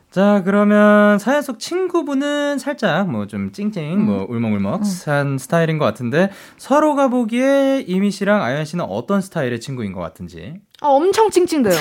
B: 자, 그러면 사연 속 친구분은 살짝 뭐 좀 찡찡, 뭐
C: 음.
B: 울먹울먹한 스타일인 것 같은데 서로가 보기에 이미 씨랑 아연 씨는 어떤 스타일의 친구인 것 같은지.
H: 아, 엄청 *laughs* 찡찡대요.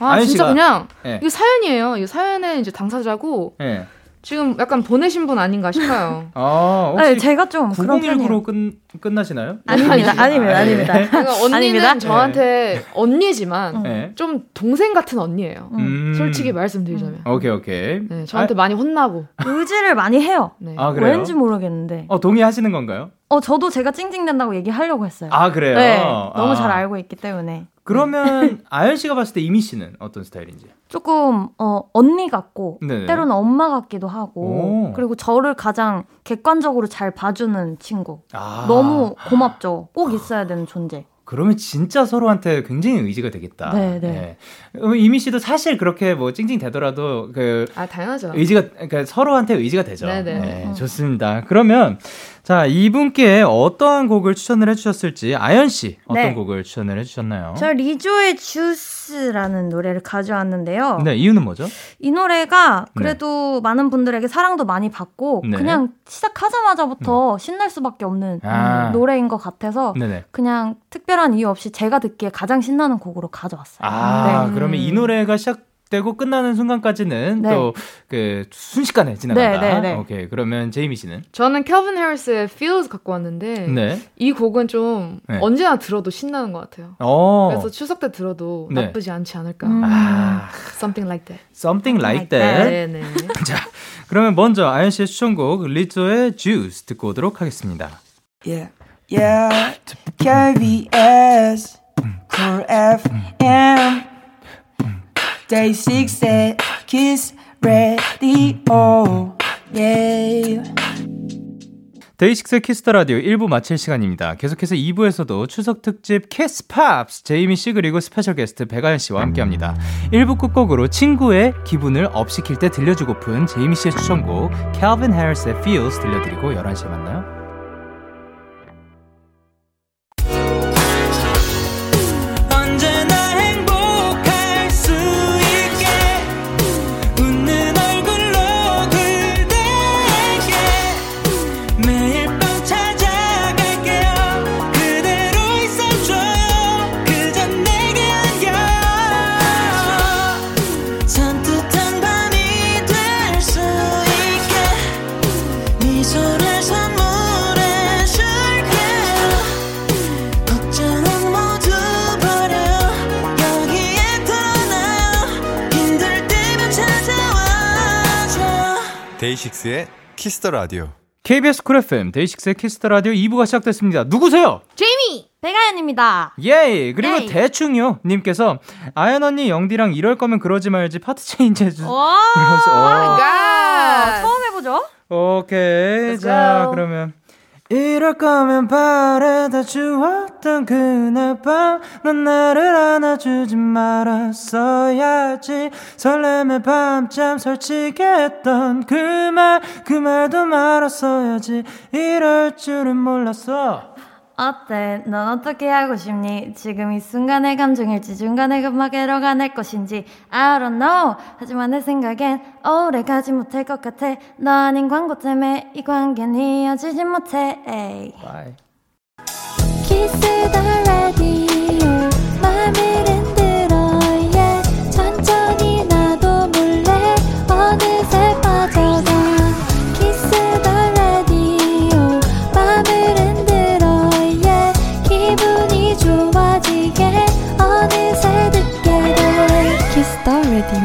H: 아,
B: 아연
H: 진짜
B: 씨가-
H: 그냥
B: 예.
H: 이거 사연이에요. 이 사연에 이제 당사자고
B: 예.
H: 지금 약간 보내신 분 아닌가 싶어요.
B: 아, 혹시
C: 네, 제가 좀 그런 편이에요.
B: 9019로 끝, 끝나시나요? 예.
C: 아닙니다, 아닙니다, 아닙니다. *laughs*
H: 그러니까 언니는
C: 아닙니다.
H: 저한테 언니지만
C: 음.
B: 예.
H: 좀 동생 같은 언니예요.
B: 음.
H: 솔직히 말씀드리자면.
B: 오케이, 오케이.
H: 네, 저한테 많이 혼나고.
C: 의지를 많이 해요.
H: 네.
B: 아, 그래요?
C: 왠지 모르겠는데.
B: 어, 동의하시는 건가요?
C: 어, 저도 제가 찡찡댄다고 얘기하려고 했어요.
B: 아, 그래요?
C: 네,
B: 아.
C: 너무 잘 알고 있기 때문에.
B: 그러면 아연 씨가 봤을 때 이미 씨는 어떤 스타일인지.
C: 조금 어, 언니 같고
B: 네네.
C: 때로는 엄마 같기도 하고
B: 오.
C: 그리고 저를 가장 객관적으로 잘 봐주는 친구
B: 아.
C: 너무 고맙죠 꼭 있어야 되는 존재
B: 그러면 진짜 서로한테 굉장히 의지가 되겠다.
C: 네, 네.
B: 예. 음, 이미 씨도 사실 그렇게 뭐 찡찡 되더라도 그
H: 아, 당연하죠.
B: 의지가 그러니까 서로한테 의지가 되죠.
H: 네, 네.
B: 예, 좋습니다. 그러면 자 이분께 어떠한 곡을 추천을 해주셨을지 아연 씨 어떤
C: 네.
B: 곡을 추천을 해주셨나요?
C: 저 리조의 주스라는 노래를 가져왔는데요
B: 네 이유는 뭐죠?
C: 이 노래가 그래도 많은 분들에게 사랑도 많이 받고
B: 네.
C: 그냥 시작하자마자부터 신날 수밖에 없는
B: 아.
C: 음, 노래인 것 같아서
B: 네네.
C: 그냥 특별한 이유 없이 제가 듣기에 가장 신나는 곡으로 가져왔어요
B: 아
C: 네.
B: 그러면 이 노래가 시작. 되고 끝나는 순간까지는
C: 네.
B: 또 그 순식간에 지나간다.
C: 네, 네, 네.
B: 오케이. 그러면 제이미 씨는
H: 저는 켈빈 해리스의 Feels 갖고 왔는데
B: 네.
H: 이 곡은 좀
B: 네.
H: 언제나 들어도 신나는 것 같아요.
B: 어.
H: 그래서 추석 때 들어도
B: 네.
H: 나쁘지 않지 않을까.
C: 음.
B: 아,
H: Something like that.
B: something like
C: Like that.
B: that.
H: 네, 네.
B: 자, 그러면 먼저 아연 씨의 추천곡 리조의 Juice 듣고 오도록 하겠습니다.
F: Yeah, yeah. KBS, Cool FM, Day 6의 Kiss Radio. Yeah.
B: 데이식스의 키스터 라디오 1부 마칠 시간입니다. 계속해서 2부에서도 추석 특집 키스 팝스 제이미 씨 그리고 스페셜 게스트 백아연 씨와 함께합니다. 1부 끝곡으로 친구의 기분을 업시킬 때 들려주고픈 제이미 씨의 추천곡 캘빈 해리스의 Feels 들려드리고 11시에 만나요.
F: 언제나 행복할 수 있게 웃는 얼굴로 그대에게 매일 밤 찾아갈게요 그대로 있어줘요 그저 내게 안겨 산뜻한 밤이 될 수 있게 미소를 선물해 줄게요 걱정은 모두 버려 여기에 털어놔요 힘들 때면 찾아와줘
G: 데이식스의 키스터 라디오.
B: KBS 쿨 FM 데이식스의 키스터 라디오 2부가 시작됐습니다. 누구세요?
C: 제이미
B: *laughs*
C: 백아연입니다
B: 예이 그리고
C: 예이.
B: 대충요 님께서 아연 언니 영디랑 이럴 거면 그러지 말지 파트 체인지 해주 그러면서, 어.
C: 아, 처음 해보죠
B: 오, 오케이
H: Let's
B: 자
H: go.
B: 그러면
E: 이럴 거면 바래다 주웠던 그날 밤넌 나를 안아주지 말았어야지 설렘에 밤잠 설치게 했던 그 말 그 말도 말았어야지 이럴 줄은 몰랐어
C: 어때? 넌 어떻게 하고 싶니? 지금 이 순간의 감정일지 중간의 음악에로 가낼 것인지 I don't know 하지만 내 생각엔 오래 가지 못할 것 같아 너 아닌 광고 때문에 이 관계는 이어지지 못해 에이.
I: Kiss the radio. 맘을 흔들어, yeah. 천천히 나도 몰래 어느새 빠져가. Kiss the radio. 맘을 흔들어, yeah. 기분이 좋아지게 어느새 듣게 돼. Kiss the radio.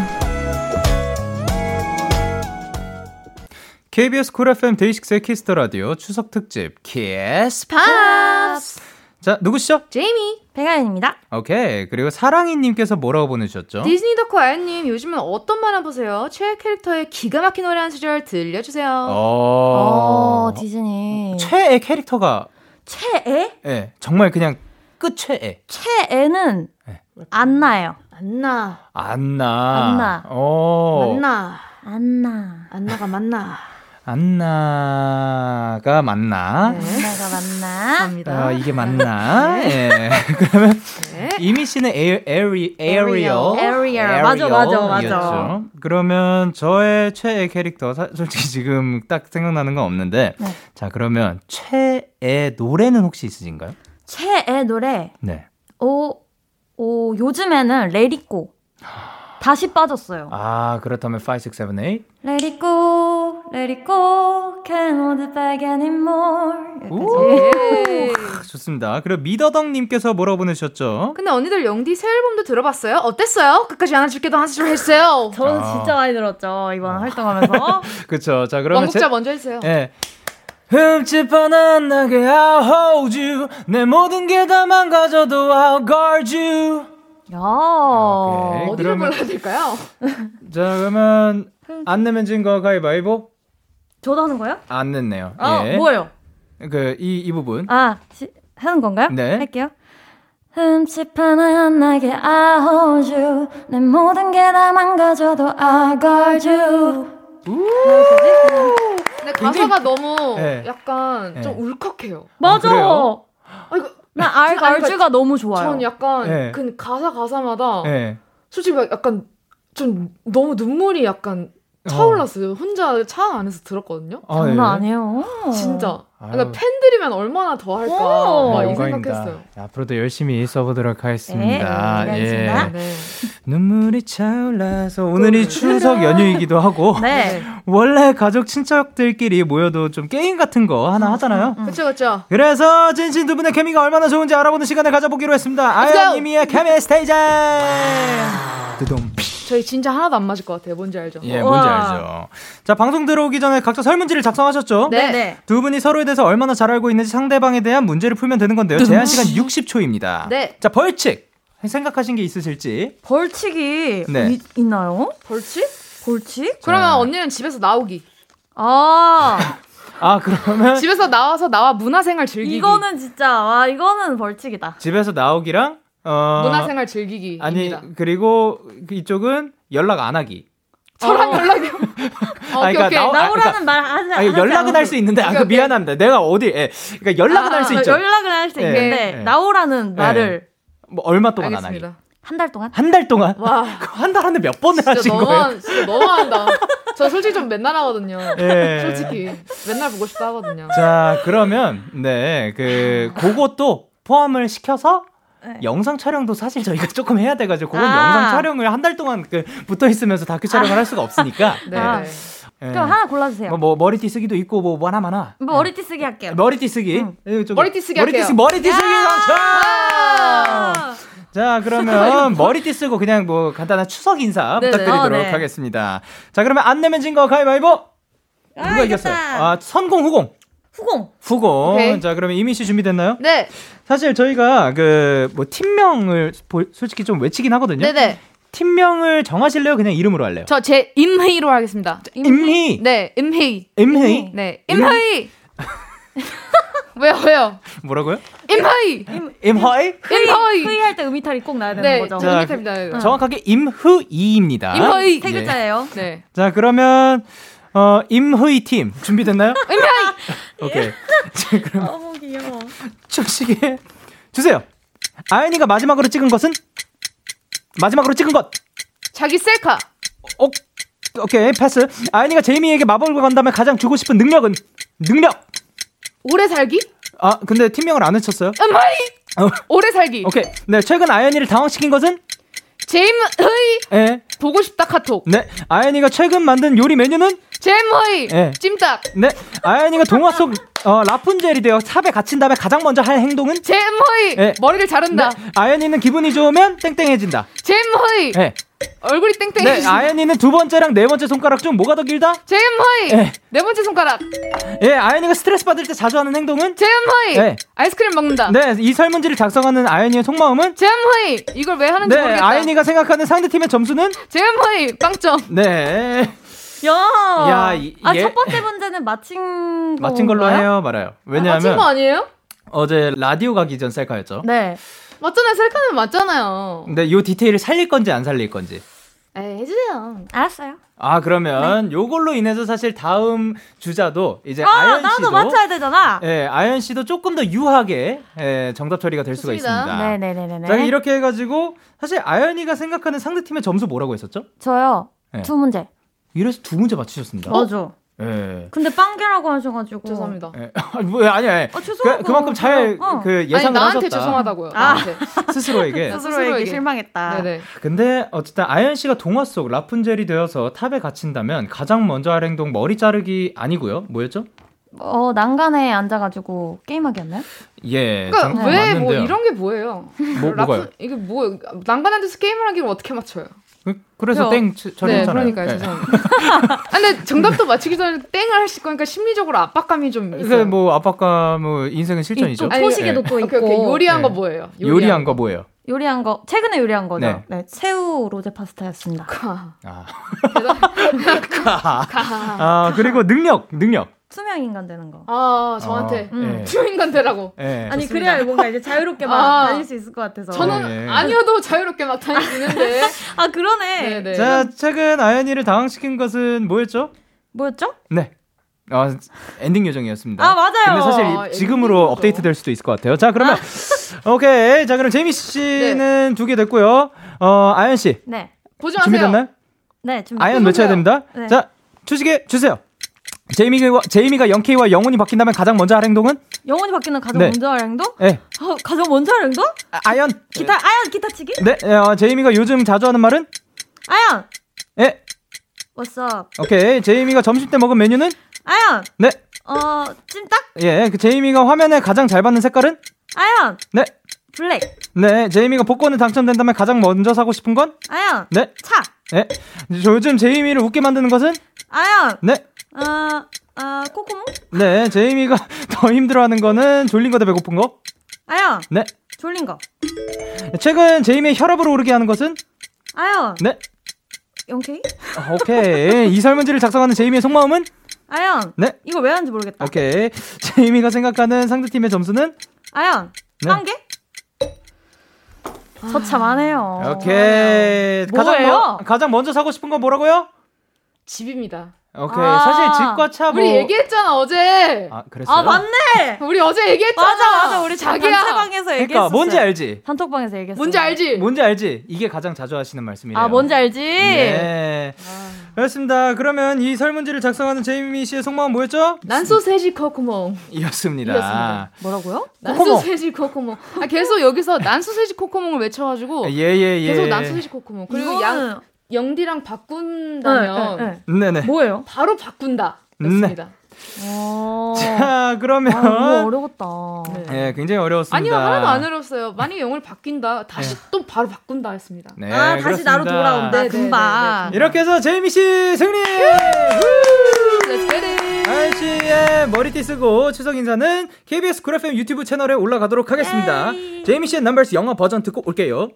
B: KBS 쿨 FM 데이식스의 키스터 라디오 추석 특집 키스
C: 팝스
B: 자 누구시죠?
H: 제이미
C: 배가연입니다
B: 오케이 그리고 사랑이님께서 뭐라고 보내주셨죠?
H: 디즈니 덕후 아연님 요즘은 어떤 만화 보세요? 최애 캐릭터의 기가 막힌 노래 한 소절 들려주세요.
B: 어...
C: 어, 디즈니
B: 최애 캐릭터가
C: 최애?
B: 예 정말 그냥 끝 최애
C: 최애는 안 나요
H: 안나
B: 안나
C: 안나.
B: 어
H: 만나
C: 안나
H: 안나가 만나
B: 안나가 맞나?
H: 네.
C: 내가 맞나?
H: 감사합니다.
B: 아, 이게 맞나? 예. *laughs* 그러면 이미 씨는 에어, 에어리, 에어리얼.
C: 에어리얼. 맞아, 맞아, 맞아.
B: 에어리얼이었죠. 그러면 저의 최애 캐릭터, 사- 솔직히 지금 딱 생각나는 건 없는데.
C: 네.
B: 자, 그러면 최애 노래는 혹시 있으신가요?
C: 최애 노래
B: 네.
C: 오, 오 요즘에는 레리꼬 다시 빠졌어요.
B: 아, 그렇다면 5, 6, 7, 8.
C: 레리꼬 레리꼬 Can hold it back anymore 여기까지.
H: 예.
B: 좋습니다. 그리고 미더덕님께서 뭐라고 보내셨죠?
H: 근데 언니들 영디 새 앨범도 들어봤어요? 어땠어요? 끝까지 안아줄게도 한 소절 해주세요.
C: 저는
B: 아.
C: 진짜 많이 들었죠 이번
B: *laughs*
C: 활동하면서
B: 그쵸. 자, 그러면.
H: 원곡자 먼저 해주세요.
B: 예. 흠집 하나 나게 I'll hold you 내 모든 게 다 망가져도 I'll guard you
C: 야
B: 오케이.
H: 어디를
B: 네, 그러면-
H: 골라야 될까요?
B: 자 그러면
C: 음.
B: 안 내면 진 거 가위바위보
C: 저도 하는 거예요?
B: 안 냈네요
C: 아
B: 예.
C: 뭐예요?
B: 그 이 이 부분
C: 아 시- 하는 건가요?
B: 네.
C: 할게요. 흠집 하나 안 나게 I hold you 내 모든 게 다 망가져도 I guard you 아,
H: 근데 가사가 너무
B: 예.
H: 약간
B: 예.
H: 좀 울컥해요.
C: 맞아
B: 그래요?
H: 아이고,
C: 나 R
H: 아니,
C: guard you가 너무 좋아요
H: 전 약간
B: 예.
H: 그 가사 가사마다
C: 어.
B: 예.
H: 솔직히 막 약간 좀 너무 눈물이 약간 차올랐어요. 혼자 차 안에서 들었거든요.
B: 어,
C: 장난
B: 예.
C: 아니에요.
H: 진짜.
B: 아유.
H: 그러니까 팬들이면 얼마나 더 할까
C: 오.
H: 막 이
B: 영광입니다.
H: 생각했어요.
B: 앞으로도 열심히 써보도록 하겠습니다. 예.
C: 네, 알겠습니다. 음.
H: 네.
B: 눈물이 차올라서 오늘이 추석 연휴이기도 하고
C: *laughs* 네.
B: 원래 가족 친척들끼리 모여도 좀 게임 같은 거
C: 음,
B: 하나 하잖아요.
H: 그쵸 그쵸.
B: 그래서 진신 두 분의 케미가 얼마나 좋은지 알아보는 시간을 가져보기로 했습니다.
H: go!
B: 아연님이의 케미 스테이지. 두둥.
H: 저희 진짜 하나도 안 맞을 것 같아요. 뭔지 알죠?
B: 예,
C: 우와.
B: 뭔지 알죠. 자, 방송 들어오기 전에 각자 설문지를 작성하셨죠?
H: 네.
B: 두 분이 서로에 대해서 얼마나 잘 알고 있는지 상대방에 대한 문제를 풀면 되는 건데요. 제한 시간 60초입니다.
H: 음. 네.
B: 자, 벌칙. 생각하신 게 있으실지.
C: 벌칙이
B: 네.
C: 이- 있나요?
H: 벌칙?
C: 벌칙?
H: 그러면 언니는 집에서 나오기.
C: 아,
B: 아, 그러면
H: 집에서 나와서 나와 문화생활 즐기기.
C: 이거는 진짜 와 이거는 벌칙이다.
B: 집에서 나오기랑 어
H: 문화생활 즐기기입니다.
B: 아니, 그리고 이쪽은 연락 안 하기.
H: 저랑 연락이. 어, 오케이
B: 그러니까
H: 오케이.
B: 나오- 아,
C: 나오라는
B: 그러니까-
C: 말 하지
B: 아,
C: 않아요.
B: 연락은 할 수 있는데 아, 그
H: 네, 오케이, 아, 오케이.
B: 미안합니다. 내가 어디 예. 그러니까 연락은 할 수 있죠.
C: 아, 연락은 할 수
B: 예,
C: 있는데
B: 예.
C: 나오라는 말을
B: 뭐 얼마 동안 안 하기.
H: 알겠습니다.
C: 한 달 동안
B: 한 달 동안?
H: 와.
B: *laughs* 한 달 안에 몇 번을 *laughs* 하신
H: 진짜
B: 거예요?
H: 너무한, 진짜 너무한다. 저 솔직히 좀 맨날 하거든요.
B: 예.
H: 솔직히 맨날 보고 싶다 하거든요.
B: 자, 그러면 네, 그 그것도 포함을 시켜서 영상 촬영도 사실 저희가 *laughs* 조금 해야 돼가지고 그건
C: 네. 아.
B: 영상 촬영을 한 달 동안 그 붙어 있으면서 다큐 촬영을 할 수가
C: *laughs*
B: 없으니까.
H: 네.
C: 아.
B: 예.
C: 그럼 하나 골라주세요. 음.
B: 뭐,
C: 뭐,
B: 뭐 머리띠 쓰기도 있고 뭐, 뭐 하나 많아.
C: 머리띠 쓰기 할게요.
B: 머리띠 쓰기. 예, 좀-
H: 머리띠 쓰기
B: 머리띠
H: 할게요.
B: 쓰기. 머리띠 쓰기 당첨!
C: 아,
B: 자, 그러면 머리띠 쓰고 그냥 뭐 간단한 추석 인사
C: 네네.
B: 부탁드리도록
C: 어, 네.
B: 하겠습니다. 자, 그러면 안 내면 진 거 가위바위보. 누가 이겼어요?
C: 이겼다.
B: 아, 선공 후공.
C: 후공.
B: 후공.
H: 오케이.
B: 자, 그러면 이민 씨 준비됐나요?
H: 네.
B: 사실 저희가 그 뭐 팀명을 보- 솔직히 좀 외치긴 하거든요.
H: 네네.
B: 팀명을 정하실래요? 그냥 이름으로 할래요?
H: 저 제 임희로 하겠습니다.
B: 임희.
H: 네, 임희. *laughs*
B: 임희.
H: 네, 임희. 왜요, 왜요?
B: 뭐라고요?
H: 임하이!
B: 임허이?
H: 아, 임하이!
C: 회의할 때 음이탈이 꼭 나야 되는
H: 네,
C: 거죠.
B: 자,
H: 정답입니다.
B: 정확하게 임흐이입니다.
H: 임허이!
C: 세
B: 예.
C: 글자예요.
H: 네.
B: 자, 그러면 어, 임흐이 팀 준비됐나요? *laughs* 오케이. 자, 그럼
C: 어, 너무 귀여워.
B: 초식에 주세요. 아연이가 마지막으로 찍은 것은 마지막으로 찍은 것.
H: 자기 셀카!
B: 오, 어, 오케이 패스. 아연이가 제이미에게 마법을 건다면 가장 주고 싶은 능력은 능력.
H: 오래 살기?
B: 아 근데 팀명을 안 외쳤어요.
H: 임하이! *laughs*
B: 어,
H: 오래 살기!
B: 오케이. 네 최근 아연이를 당황시킨 것은
H: 제임의
B: 예.
H: 보고 싶다 카톡.
B: 네 아연이가 최근 만든 요리 메뉴는
H: 제임의
B: 네.
H: 찜닭.
B: 네 아연이가 동화 속 어, 라푼젤이 되어 삽에 갇힌 다음에 가장 먼저 할 행동은
H: 제임의
B: 네.
H: 머리를
B: 네,
H: 자른다.
B: 아연이는 기분이 좋으면 땡땡해진다.
H: 제임의
B: 네.
H: 얼굴이 땡땡.
B: 네 아연이는 두 번째랑 네 번째 손가락 중 뭐가 더 길다?
H: 제임의
B: 네.
H: 네. 번째 손가락.
B: 예, 아연이가 스트레스 받을 때 자주 하는 행동은?
H: 제임의
B: 네.
H: 아이스크림 먹는다.
B: 네, 이 설문지를 작성하는 아연이의 속마음은?
H: 제임의 이걸 왜 하는지
B: 네,
H: 모르겠다.
B: 아연이가 생각하는 상대팀의 점수는?
H: 제임의 빵점.
B: 네.
C: 야.
B: 야, 이-
C: 아,
B: 이게-
C: 첫 번째 문제는 맞힌 거.
B: 맞힌 걸로
C: 건가요?
B: 해요, 말아요.
H: 어, 맞힌
B: 왜냐하면
H: 거 아니에요?
B: 어제 라디오 가기 전 셀카였죠.
C: 네.
H: 맞잖아요. 셀카는 맞잖아요.
B: 근데 요 디테일을 살릴 건지 안 살릴 건지.
H: 에이, 해주세요.
C: 알았어요.
B: 아,
H: 네.
B: 그러면 요걸로 인해서 사실 다음 주자도 이제
C: 아,
B: 네, 아연
C: 나도
B: 씨도
C: 맞춰야 되잖아.
B: 예, 아연 씨도 조금 더 유하게 예, 정답 처리가 될 수가
H: 좋습니다.
B: 있습니다.
C: 네, 네, 네, 네, 네.
B: 자, 이렇게 해 가지고 사실 아연이가 생각하는 상대팀의 점수 뭐라고 했었죠?
C: 저요.
B: 네.
C: 두 문제.
B: 이래서 두 문제 맞추셨습니다.
H: 어?
C: 맞아.
B: 예.
C: 근데 빵개라고 하셔가지고.
H: 죄송합니다.
B: 예. *laughs* 아니, 뭐, 아니, 아니.
C: 아, 죄송하고.
B: 그, 그만큼 잘 그
C: 어.
H: 어, 아니
B: 예상을
H: 나한테
B: 하셨다.
H: 죄송하다고요.
C: 아.
H: 나한테. *laughs*
B: 스스로에게.
C: 스스로에게
H: 스스로에게.
C: 실망했다.
H: 네네.
B: 근데 어쨌든 아연 씨가 동화 속 라푼젤이 되어서 탑에 갇힌다면 가장 먼저 할 행동 머리 자르기 아니고요. 뭐였죠?
C: 어, 난간에 앉아가지고 게임하기였나요?
B: 예.
H: 그러니까
B: 장-
H: 왜 뭐
B: 맞는데요.
H: 이런 게 뭐예요?
B: 뭐,
H: 라푼-
B: 뭐가요?
H: 이게 뭐 난간한데서 게임을 하기를 어떻게 맞춰요?
B: 그- 그래서
C: 그래요.
B: 땡 처-
H: 네,
B: 처리했잖아요. 예.
H: 그러니까요. 죄송합니다. 아, 근데 정답도 맞히기 전에 땡을 하실 거니까 심리적으로 압박감이 좀 있어요.
B: 이게 뭐 압박감, 뭐 인생의 실전이죠.
C: 또 초식에도 또 있고.
H: 오케이, 오케이. 요리한
B: 네.
H: 거 뭐예요?
B: 요리한 거 뭐예요?
C: 요리한 거 최근에 요리한 거죠.
B: 네.
C: 네. 새우 로제 파스타였습니다.
H: 가.
B: 아.
H: 가. 가.
B: 아 그리고 능력, 능력.
C: 수명 인간 되는 거.
H: 아, 저한테
B: 아,
C: 음.
B: 예.
H: 투인간 되라고.
B: 예.
C: 아니 그래야 뭔가 이제 자유롭게 막
H: *laughs* 아.
C: 다닐 수 있을 것 같아서.
H: 저는
B: 예.
H: 아니어도 자유롭게 막 다닐
C: *laughs*
H: 수 있는데.
C: 아 그러네.
H: 네, 네.
B: 자 최근 아연이를 당황시킨 것은 뭐였죠?
C: 뭐였죠?
B: 네. 아, 엔딩 요정이었습니다.
C: 아, 맞아요.
B: 근데 사실
H: 아, 엔딩
B: 지금으로
H: 요정.
B: 업데이트 될 수도 있을 것 같아요. 자, 그러면 오케이. 자, 그럼 제이미 씨는 두 개 됐고요. 어, 아연 씨.
C: 네.
H: 보지 마세요.
B: 준비됐나요?
C: 네 준비.
B: 아연 외쳐야 됩니다.
C: 네.
B: 자, 주식에 주세요. 제이미가 제이미가 0K와 영혼이 바뀐다면 가장 먼저 할 행동은
C: 영혼이 바뀌는 가장
B: 네.
C: 먼저 할 행동?
B: 예.
C: 어, 가장 먼저 할 행동?
B: 아, 아연.
C: 기타 아연 기타 치기?
B: 네. 어, 제이미가 요즘 자주 하는 말은
C: 아연
B: 예.
C: 워썹.
B: 오케이. 제이미가 점심 때 먹은 메뉴는
C: 아연
B: 네.
C: 어 찜닭?
B: 예. 그 제이미가 화면에 가장 잘 받는 색깔은
C: 아연
B: 네.
C: 블랙.
B: 네. 제이미가 복권에 당첨된다면 가장 먼저 사고 싶은 건
C: 아연
B: 네.
C: 차.
B: 네. 저 요즘 제이미를 웃게 만드는 것은?
C: 아연
B: 네.
C: 어어 코코모?
B: 네. 제이미가 *laughs* 더 힘들어하는 거는 졸린 거대 배고픈 거?
C: 아연
B: 네.
C: 졸린 거.
B: 최근 제이미의 혈압으로 오르게 하는 것은?
C: 아연
B: 네.
C: 영케이?
B: 아, 오케이. 이 설문지를 작성하는 제이미의 속마음은?
C: 아연
B: 네.
C: 이거 왜 하는지 모르겠다.
B: 오케이. 제이미가 생각하는 상대팀의 점수는?
C: 아연
B: 네.
C: 빵개?
H: 아.
C: 저참하네요 아,
B: 오케이. 가장,
C: 뭐예요?
B: 먼- 가장 먼저 사고 싶은 건 뭐라고요?
H: 집입니다.
B: 오케이.
C: 아.
B: 사실 집과 차 뭐.
H: 우리 얘기했잖아, 어제.
B: 아, 그랬어요?
C: 아
H: *laughs*
C: 맞네.
H: 우리 어제 얘기했잖아.
C: 맞아 맞아 우리
H: 자기야.
C: 단체방에서 얘기했었어.
B: 그러니까 뭔지 알지?
C: 단톡방에서 얘기했어.
H: 뭔지 알지?
B: 뭔지 알지? 이게 가장 자주 하시는 말씀이에요.
C: 아 뭔지 알지?
B: 네. 그렇습니다. 그러면 이 설문지를 작성하는 제이미 씨의 속마음 뭐였죠?
H: 난 소세지 코코몽.
B: 이었습니다.
H: 이었습니다.
C: 뭐라고요?
H: 난
B: 코코몽.
H: 소세지 코코몽. 아, 계속 여기서 난 소세지 코코몽을 외쳐가지고.
B: 아, 예예예.
H: 어. 계속 난 소세지 코코몽. 그리고 양,
C: 이거는
H: 영디랑 바꾼다면.
C: 네, 네, 네.
B: 네네. *laughs*
C: 뭐예요?
H: 바로 바꾼다.
B: 네.
H: 였습니다.
C: *laughs* 어...
B: 자 그러면
C: 아, 이거 어려웠다.
H: 네.
B: 예 굉장히 어려웠습니다.
H: 아니요 하나도 안 어려웠어요. 만약에 영을 바뀐다
B: 예.
H: 다시 또 바로 바꾼다 했습니다.
B: 네,
C: 아 다시
B: 그렇습니다.
C: 나로 돌아온다.
H: 네, 네,
C: 금방.
B: 이렇게 해서 제이미 씨 승리.
H: Let's get it.
B: 아연 씨의 머리띠 쓰고 추석 인사는 KBS 쿨 FM 유튜브 채널에 올라가도록 하겠습니다. 제이미 씨의 넘버스 영어 버전 듣고 올게요.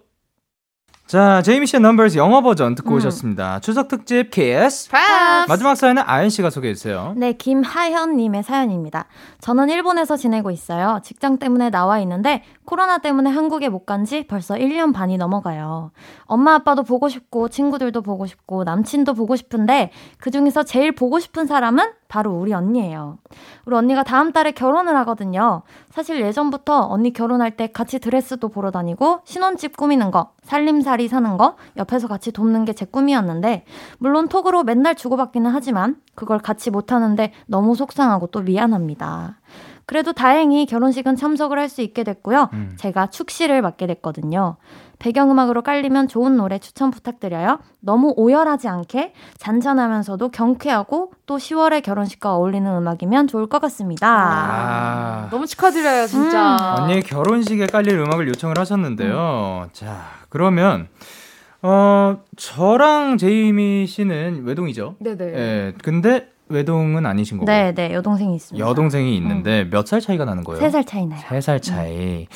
B: 자, 제이미 씨의 넘버즈 영어 버전 듣고 오셨습니다. 추석 특집 KS.
H: 아,
C: Props.
B: 마지막 사연은 아연 씨가 소개해 주세요.
C: 네, 김하현님의 사연입니다. 저는 일본에서 지내고 있어요. 직장 때문에 나와 있는데 코로나 때문에 한국에 못 간 지 벌써 1년 반이 넘어가요. 엄마 아빠도 보고 싶고 친구들도 보고 싶고 남친도 보고 싶은데 그 중에서 제일 보고 싶은 사람은 바로 우리 언니예요. 우리 언니가 다음 달에 결혼을 하거든요. 사실 예전부터 언니 결혼할 때 같이 드레스도 보러 다니고 신혼집 꾸미는 거, 살림살이 사는 거, 옆에서 같이 돕는 게 제 꿈이었는데 물론 톡으로 맨날 주고받기는 하지만 그걸 같이 못하는데 너무 속상하고 또 미안합니다. 그래도 다행히 결혼식은 참석을 할 수 있게 됐고요.
B: 음.
C: 제가 축시를 맡게 됐거든요. 배경음악으로 깔리면 좋은 노래 추천 부탁드려요. 너무 오열하지 않게 잔잔하면서도 경쾌하고 또 10월의 결혼식과 어울리는 음악이면 좋을 것 같습니다.
B: 아.
H: 너무 축하드려요, 진짜.
B: 언니의 결혼식에 깔릴 음악을 요청을 하셨는데요. 자, 그러면 어, 저랑 제이미 씨는 외동이죠?
H: 네네.
B: 예. 근데 외동은 아니신 거고.
C: 네, 네, 여동생이 있습니다.
B: 뭐. 여동생이 있는데 몇 살 차이가 나는 거예요?
C: 세 살 차이나요.
B: 세 살 차이.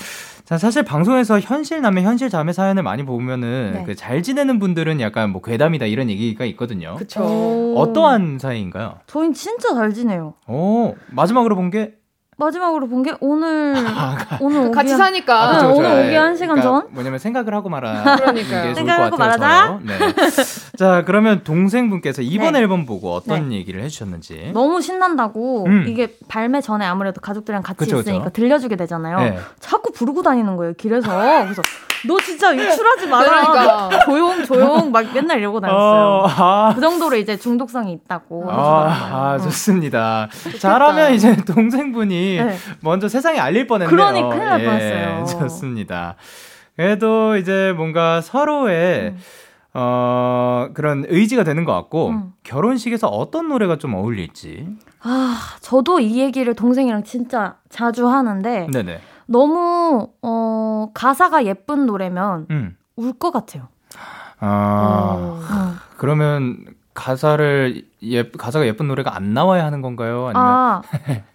B: 자, 사실 방송에서 현실 남매, 현실 자매 사연을 많이 보면은
C: 네.
B: 그 잘 지내는 분들은 약간 뭐 괴담이다 이런 얘기가 있거든요.
H: 그쵸.
B: 어떠한 사이인가요?
C: 저희 진짜 잘 지내요.
B: 오, 마지막으로 본 게
C: 마지막으로 본 게 오늘 오늘 오기
H: 같이
C: 한-
H: 사니까.
C: 아,
B: 그쵸, 그쵸.
C: 오늘
B: 예,
C: 오기 한 시간
B: 그러니까
C: 전?
B: 뭐냐면 생각을 하고 말아.
H: 그러니까요.
C: 생각을 하고 말하자.
B: 네. *laughs* 자, 그러면 동생분께서 이번
C: 네.
B: 앨범 보고 어떤 얘기를 해주셨는지.
C: 너무 신난다고
B: 예? 음.
C: 이게 발매 전에 아무래도 가족들이랑 같이
B: 그쵸, 그쵸.
C: 있으니까 들려주게 되잖아요.
B: 네.
C: 자꾸 부르고 다니는 거예요 길에서. 그래서 너 진짜 유출하지 마라.
H: 그러니까.
C: 조용 조용 막 맨날 이러고
B: 어,
C: 다녔어요.
B: 아,
C: 그 정도로 이제 중독성이 있다고.
B: 아,
C: 하시더라고요.
B: 아,
C: 응.
B: 좋습니다. 잘하면 이제 동생분이
C: 네.
B: 먼저 세상에 알릴 뻔했네요. 예,
C: 그러니 큰일 날 뻔했어요.
B: 좋습니다. 그래도 이제 뭔가 서로의 어, 그런 의지가 되는 것 같고
C: 음.
B: 결혼식에서 어떤 노래가 좀 어울릴지.
C: 아, 저도 이 얘기를 동생이랑 진짜 자주 하는데
B: 네네.
C: 너무 어 가사가 예쁜 노래면
B: 음.
C: 울 것 같아요. 어.
B: 아
C: 응.
B: 그러면 가사를 예 가사가 예쁜 노래가 안 나와야 하는 건가요? 아니면
C: 아,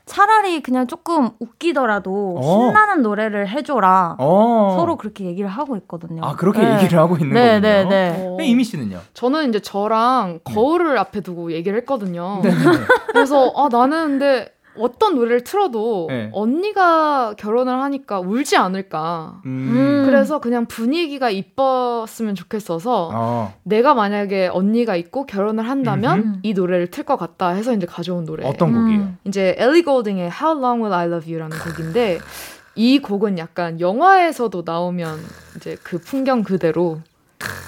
C: 차라리 그냥 조금 웃기더라도
B: 어.
C: 신나는 노래를 해줘라.
B: 어
C: 서로 그렇게 얘기를 하고 있거든요.
B: 아 그렇게
C: 네.
B: 얘기를 하고 있는
C: 네,
B: 거군요.
C: 네, 네.
H: 어.
B: 네, 이미
C: *laughs*
B: 네. 씨는요?
H: 저는 이제 저랑 거울을 앞에 두고 얘기를 했거든요.
B: 네.
C: 음.
H: 그래서 아 나는 근데 어떤 노래를 틀어도
B: 네.
H: 언니가 결혼을 하니까 울지 않을까.
B: 음.
H: 그래서 그냥 분위기가 이뻤으면 좋겠어서
B: 어
H: 내가 만약에 언니가 있고 결혼을 한다면
C: 음흠.
H: 이 노래를 틀 것 같다 해서 이제 가져온 노래.
B: 어떤
C: 음.
B: 곡이에요?
H: 이제 엘리 골딩의 How Long Will I Love You라는 곡인데 이 곡은 약간 영화에서도 나오면 이제 그 풍경 그대로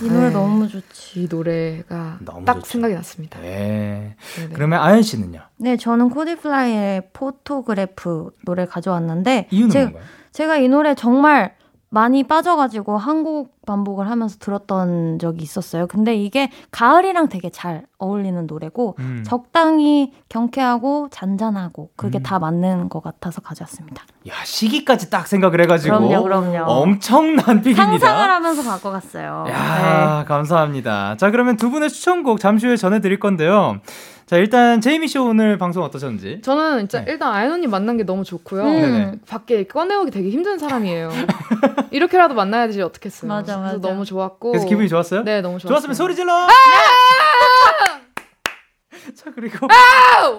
C: 이 노래
H: 네.
C: 너무 좋지.
H: 이 노래가
B: 너무
H: 딱
B: 좋죠.
H: 생각이 났습니다.
B: 네.
H: 네네.
B: 그러면 아연 씨는요?
C: 네, 저는 코디플라이의 포토그래프 노래 가져왔는데
B: 이유는
C: 제가,
B: 뭔가요?
C: 제가 이 노래 정말 많이 빠져가지고 한국 반복을 하면서 들었던 적이 있었어요. 근데 이게 가을이랑 되게 잘 어울리는 노래고
B: 음.
C: 적당히 경쾌하고 잔잔하고 그게
B: 음.
C: 다 맞는 것 같아서 가져왔습니다.
B: 야 시기까지 딱 생각을 해가지고 어,
C: 그럼요, 그럼요.
B: 엄청난 픽입니다.
C: 상상을 네. 하면서 바꿔갔어요.
B: 야 감사합니다. 자 그러면 두 분의 추천곡 잠시 후에 전해드릴 건데요. 자 일단 제이미 씨 오늘 방송 어떠셨는지?
H: 저는 진짜
B: 네.
H: 일단 아연 언니 만난 게 너무 좋고요.
C: 음.
B: 네네.
H: 밖에 꺼내오기 되게 힘든 사람이에요. 이렇게라도 만나야지 어떻겠어요.
C: 맞아,
H: 그래서
C: 맞아.
H: 너무 좋았고.
B: 그래서 기분이 좋았어요?
H: 네, 너무 좋았어요.
B: 좋았으면 소리 질러! *laughs* 자, 그리고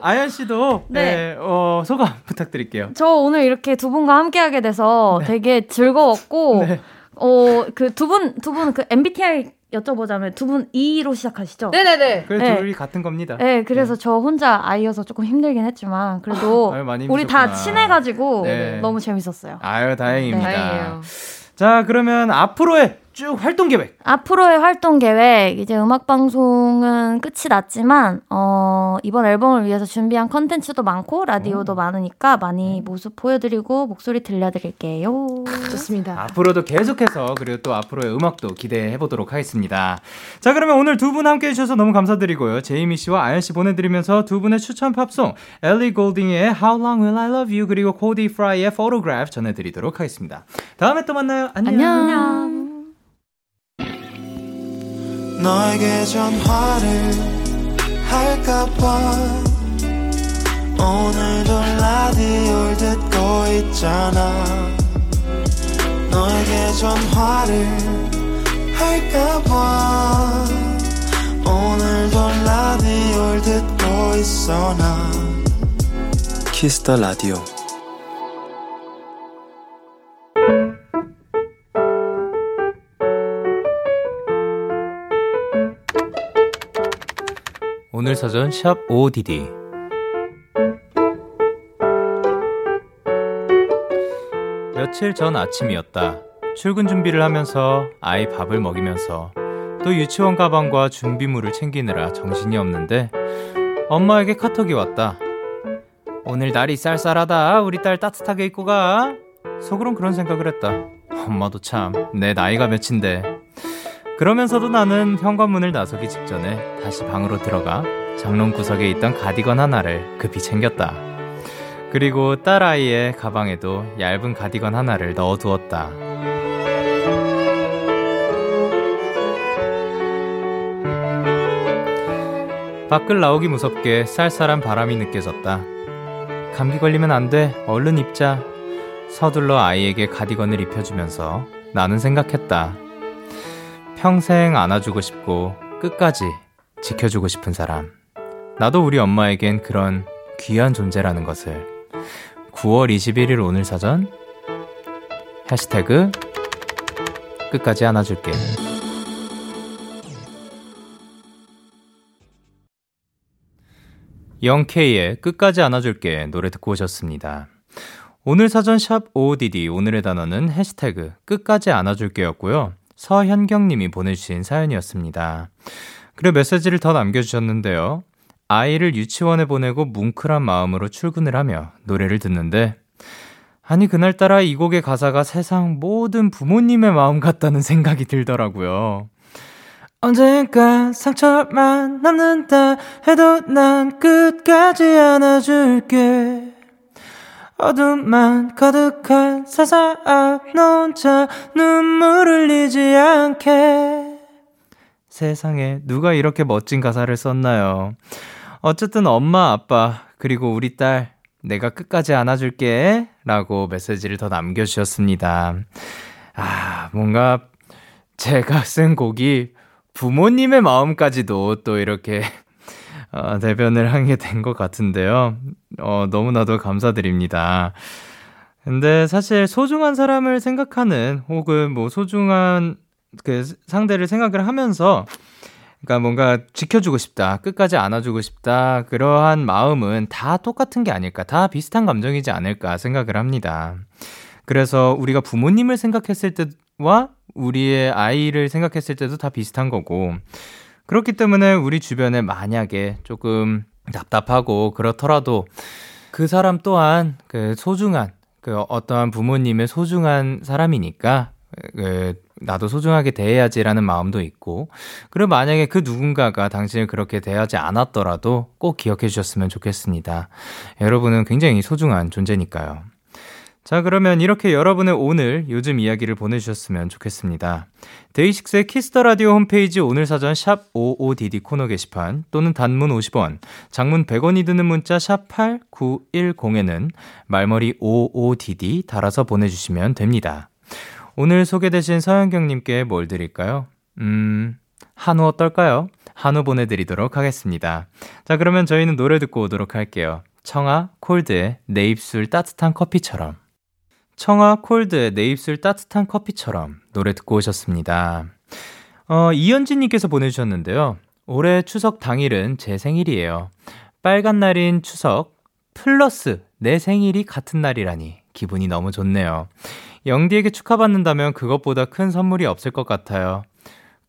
B: 아연 씨도
C: 네.
B: 네. 어, 소감 *laughs* 부탁드릴게요.
C: 저 오늘 이렇게 두 분과 함께하게 돼서
B: 네.
C: 되게 즐거웠고
B: *laughs*
C: 어 그 두 분 두 분 그 MBTI 여쭤보자면 두 분 E로 시작하시죠?
H: 네네네.
B: 그래,
C: 네.
B: 둘이 같은 겁니다.
C: 네, 그래서 저 혼자 아이여서 조금 힘들긴 했지만 그래도
B: *laughs* 아유, 많이
C: 우리 다
B: 힘드셨구나.
C: 친해가지고
B: 네.
C: 너무 재밌었어요.
B: 아유, 다행입니다.
H: 네, 다행이에요.
B: 자, 그러면 앞으로의 쭉 활동 계획.
C: 앞으로의 활동 계획 이제 음악 방송은 끝이 났지만 어 이번 앨범을 위해서 준비한 컨텐츠도 많고 라디오도 많으니까
B: 네.
C: 많이 모습 보여드리고 목소리 들려드릴게요.
B: 아,
H: 좋습니다.
B: 앞으로도 계속해서 그리고 또 앞으로의 음악도 기대해 보도록 하겠습니다. 자, 그러면 오늘 두 분 함께 해주셔서 너무 감사드리고요. 제이미 씨와 아연 씨 보내드리면서 두 분의 추천 팝송, 엘리 골딩의 How Long Will I Love You 그리고 코디 프라이의 Photograph 전해드리도록 하겠습니다. 다음에 또 만나요.
H: 안녕.
F: 너에게 전화를 할까봐 오늘도 라디오를 듣고 있잖아 너에게 전화를 할까봐 오늘도 라디오를 듣고 있어 나
G: 키스터 라디오
B: 오늘 사전 샵 ODD 며칠 전 아침이었다. 출근 준비를 하면서 아이 밥을 먹이면서 또 유치원 가방과 준비물을 챙기느라 정신이 없는데 엄마에게 카톡이 왔다. 오늘 날이 쌀쌀하다. 우리 딸 따뜻하게 입고 가. 속으론 그런 생각을 했다. 엄마도 참, 내 나이가 몇인데. 그러면서도 나는 현관문을 나서기 직전에 다시 방으로 들어가 장롱 구석에 있던 가디건 하나를 급히 챙겼다. 그리고 딸아이의 가방에도 얇은 가디건 하나를 넣어두었다. 밖을 나오기 무섭게 쌀쌀한 바람이 느껴졌다. 감기 걸리면 안 돼. 얼른 입자. 서둘러 아이에게 가디건을 입혀주면서 나는 생각했다. 평생 안아주고 싶고 끝까지 지켜주고 싶은 사람. 나도 우리 엄마에겐 그런 귀한 존재라는 것을 9월 21일 오늘 사전 해시태그 끝까지 안아줄게. 영케이의 끝까지 안아줄게 노래 듣고 오셨습니다. 오늘 사전 샵 OODD 오늘의 단어는 해시태그 끝까지 안아줄게였고요. 서현경님이 보내주신 사연이었습니다. 그리고 메시지를 더 남겨주셨는데요. 아이를 유치원에 보내고 뭉클한 마음으로 출근을 하며 노래를 듣는데 아니 그날따라 이 곡의 가사가 세상 모든 부모님의 마음 같다는 생각이 들더라고요.
E: 언젠가 상처만 남는다 해도 난 끝까지 안아줄게 어둠만 가득한 세상 앞너 혼자 눈물 흘리지 않게
B: 세상에 누가 이렇게 멋진 가사를 썼나요? 어쨌든 엄마, 아빠, 그리고 우리 딸, 내가 끝까지 안아줄게. 라고 메시지를 더 남겨주셨습니다. 아, 뭔가 제가 쓴 곡이 부모님의 마음까지도 또 이렇게 어, 대변을 하게 된 것 같은데요. 어, 너무나도 감사드립니다. 근데 사실 소중한 사람을 생각하는 혹은 뭐 소중한 그 상대를 생각을 하면서 그러니까 뭔가 지켜주고 싶다, 끝까지 안아주고 싶다 그러한 마음은 다 똑같은 게 아닐까, 다 비슷한 감정이지 않을까 생각을 합니다. 그래서 우리가 부모님을 생각했을 때와 우리의 아이를 생각했을 때도 다 비슷한 거고 그렇기 때문에 우리 주변에 만약에 조금 답답하고 그렇더라도 그 사람 또한 그 소중한 그 어떠한 부모님의 소중한 사람이니까 그 나도 소중하게 대해야지라는 마음도 있고 그리고 만약에 그 누군가가 당신을 그렇게 대하지 않았더라도 꼭 기억해 주셨으면 좋겠습니다. 여러분은 굉장히 소중한 존재니까요. 자, 그러면 이렇게 여러분의 오늘 요즘 이야기를 보내주셨으면 좋겠습니다. 데이식스의 키스터 라디오 홈페이지 오늘 사전 샵 55DD 코너 게시판 또는 단문 50원, 장문 100원이 드는 문자 샵 8910에는 말머리 55DD 달아서 보내주시면 됩니다. 오늘 소개되신 서현경님께 뭘 드릴까요? 음, 한우 어떨까요? 한우 보내드리도록 하겠습니다. 자, 그러면 저희는 노래 듣고 오도록 할게요. 청아 콜드의 내 입술 따뜻한 커피처럼. 청아 콜드의 내 입술 따뜻한 커피처럼 노래 듣고 오셨습니다. 어, 이현진님께서 보내주셨는데요. 올해 추석 당일은 제 생일이에요. 빨간 날인 추석, 플러스 내 생일이 같은 날이라니 기분이 너무 좋네요. 영디에게 축하받는다면 그것보다 큰 선물이 없을 것 같아요.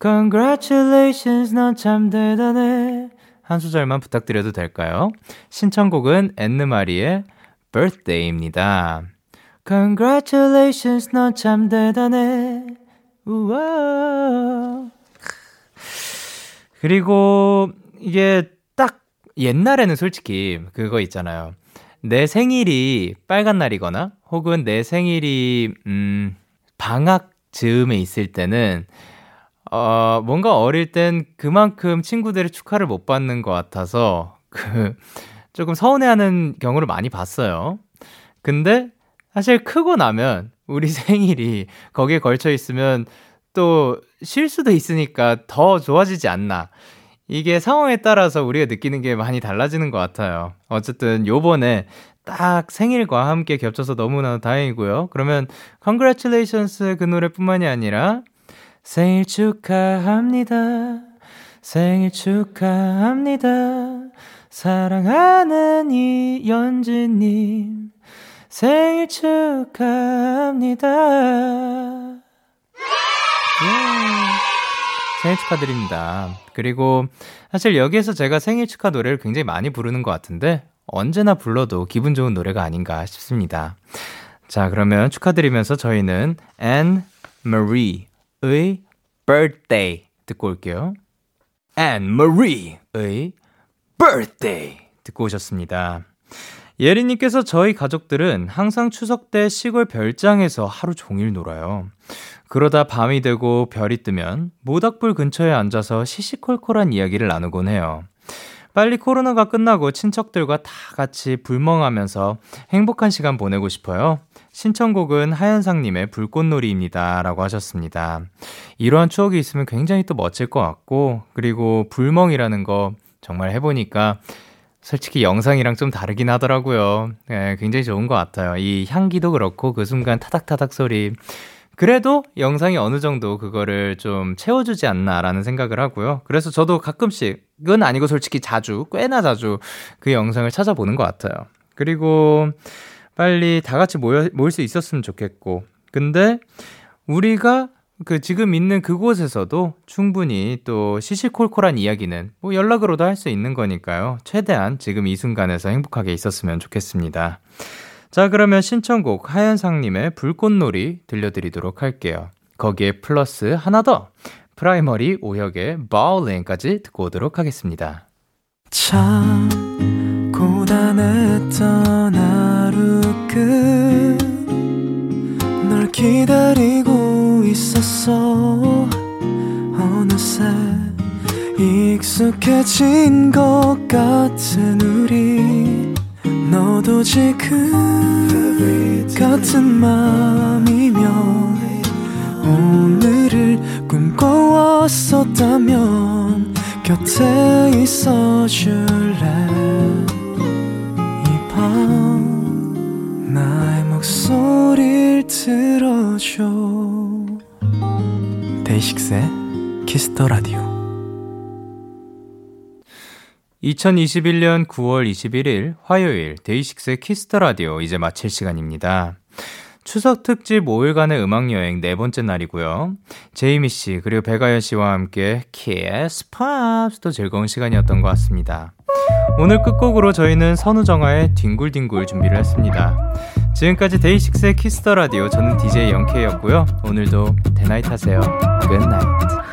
B: Congratulations, 넌 참 대단해. 한 소절만 부탁드려도 될까요? 신청곡은 앤느마리의 Birthday입니다.
E: Congratulations 넌 참 대단해 우와
B: 그리고 이게 딱 옛날에는 솔직히 그거 있잖아요. 내 생일이 빨간 날이거나 혹은 내 생일이 음 방학 즈음에 있을 때는 어 뭔가 어릴 땐 그만큼 친구들의 축하를 못 받는 것 같아서 그 조금 서운해하는 경우를 많이 봤어요. *laughs* 근데 사실 크고 나면 우리 생일이 거기에 걸쳐 있으면 또 쉴 수도 있으니까 더 좋아지지 않나. 이게 상황에 따라서 우리가 느끼는 게 많이 달라지는 것 같아요. 어쨌든 요번에 딱 생일과 함께 겹쳐서 너무나 다행이고요. 그러면 Congratulations 그 노래뿐만이 아니라
E: 생일 축하합니다. 생일 축하합니다. 사랑하는 이연주님 생일 축하합니다.
B: 음, 생일 축하드립니다. 그리고 사실 여기에서 제가 생일 축하 노래를 굉장히 많이 부르는 것 같은데 언제나 불러도 기분 좋은 노래가 아닌가 싶습니다. 자, 그러면 축하드리면서 저희는 Anne Marie의 Birthday 듣고 올게요. Anne Marie의 Birthday 듣고 오셨습니다. 예린님께서 저희 가족들은 항상 추석 때 시골 별장에서 하루 종일 놀아요. 그러다 밤이 되고 별이 뜨면 모닥불 근처에 앉아서 시시콜콜한 이야기를 나누곤 해요. 빨리 코로나가 끝나고 친척들과 다 같이 불멍하면서 행복한 시간 보내고 싶어요. 신청곡은 하현상님의 불꽃놀이입니다. 라고 하셨습니다. 이러한 추억이 있으면 굉장히 또 멋질 것 같고, 그리고 불멍이라는 거 정말 해보니까 솔직히 영상이랑 좀 다르긴 하더라고요. 예, 굉장히 좋은 것 같아요. 이 향기도 그렇고 그 순간 타닥타닥 소리. 그래도 영상이 어느 정도 그거를 좀 채워주지 않나라는 생각을 하고요. 그래서 저도 가끔씩, 그건 아니고 솔직히 자주, 꽤나 자주 그 영상을 찾아보는 것 같아요. 그리고 빨리 다 같이 모여, 모일 수 있었으면 좋겠고. 근데 우리가 그 지금 있는 그곳에서도 충분히 또 시시콜콜한 이야기는 뭐 연락으로도 할 수 있는 거니까요. 최대한 지금 이 순간에서 행복하게 있었으면 좋겠습니다. 자, 그러면 신청곡 하현상님의 불꽃놀이 들려드리도록 할게요. 거기에 플러스 하나 더 프라이머리 오혁의 바울랭까지 듣고 오도록 하겠습니다.
F: 참 고단했던 하루 끝널 기다리고 있었어 어느새 익숙해진 것 같은 우리 너도 지금 같은 맘이면 오늘을 꿈꿔왔었다면 곁에 있어줄래 이 밤 나의 목소리를 들어줘
G: 데이식스의 키스터 라디오
B: 2021년 9월 21일 화요일 데이식스의 키스터 라디오 이제 마칠 시간입니다. 추석 특집 5일간의 음악 여행 네 번째 날이고요. 제이미 씨 그리고 배가연 씨와 함께 키스 팝스도 즐거운 시간이었던 것 같습니다. 오늘 끝곡으로 저희는 선우정아의 뒹굴뒹굴 준비를 했습니다. 지금까지 데이식스의 키스터 라디오 저는 DJ 영케이였고요. 오늘도 대나잇 하세요. 굿나잇.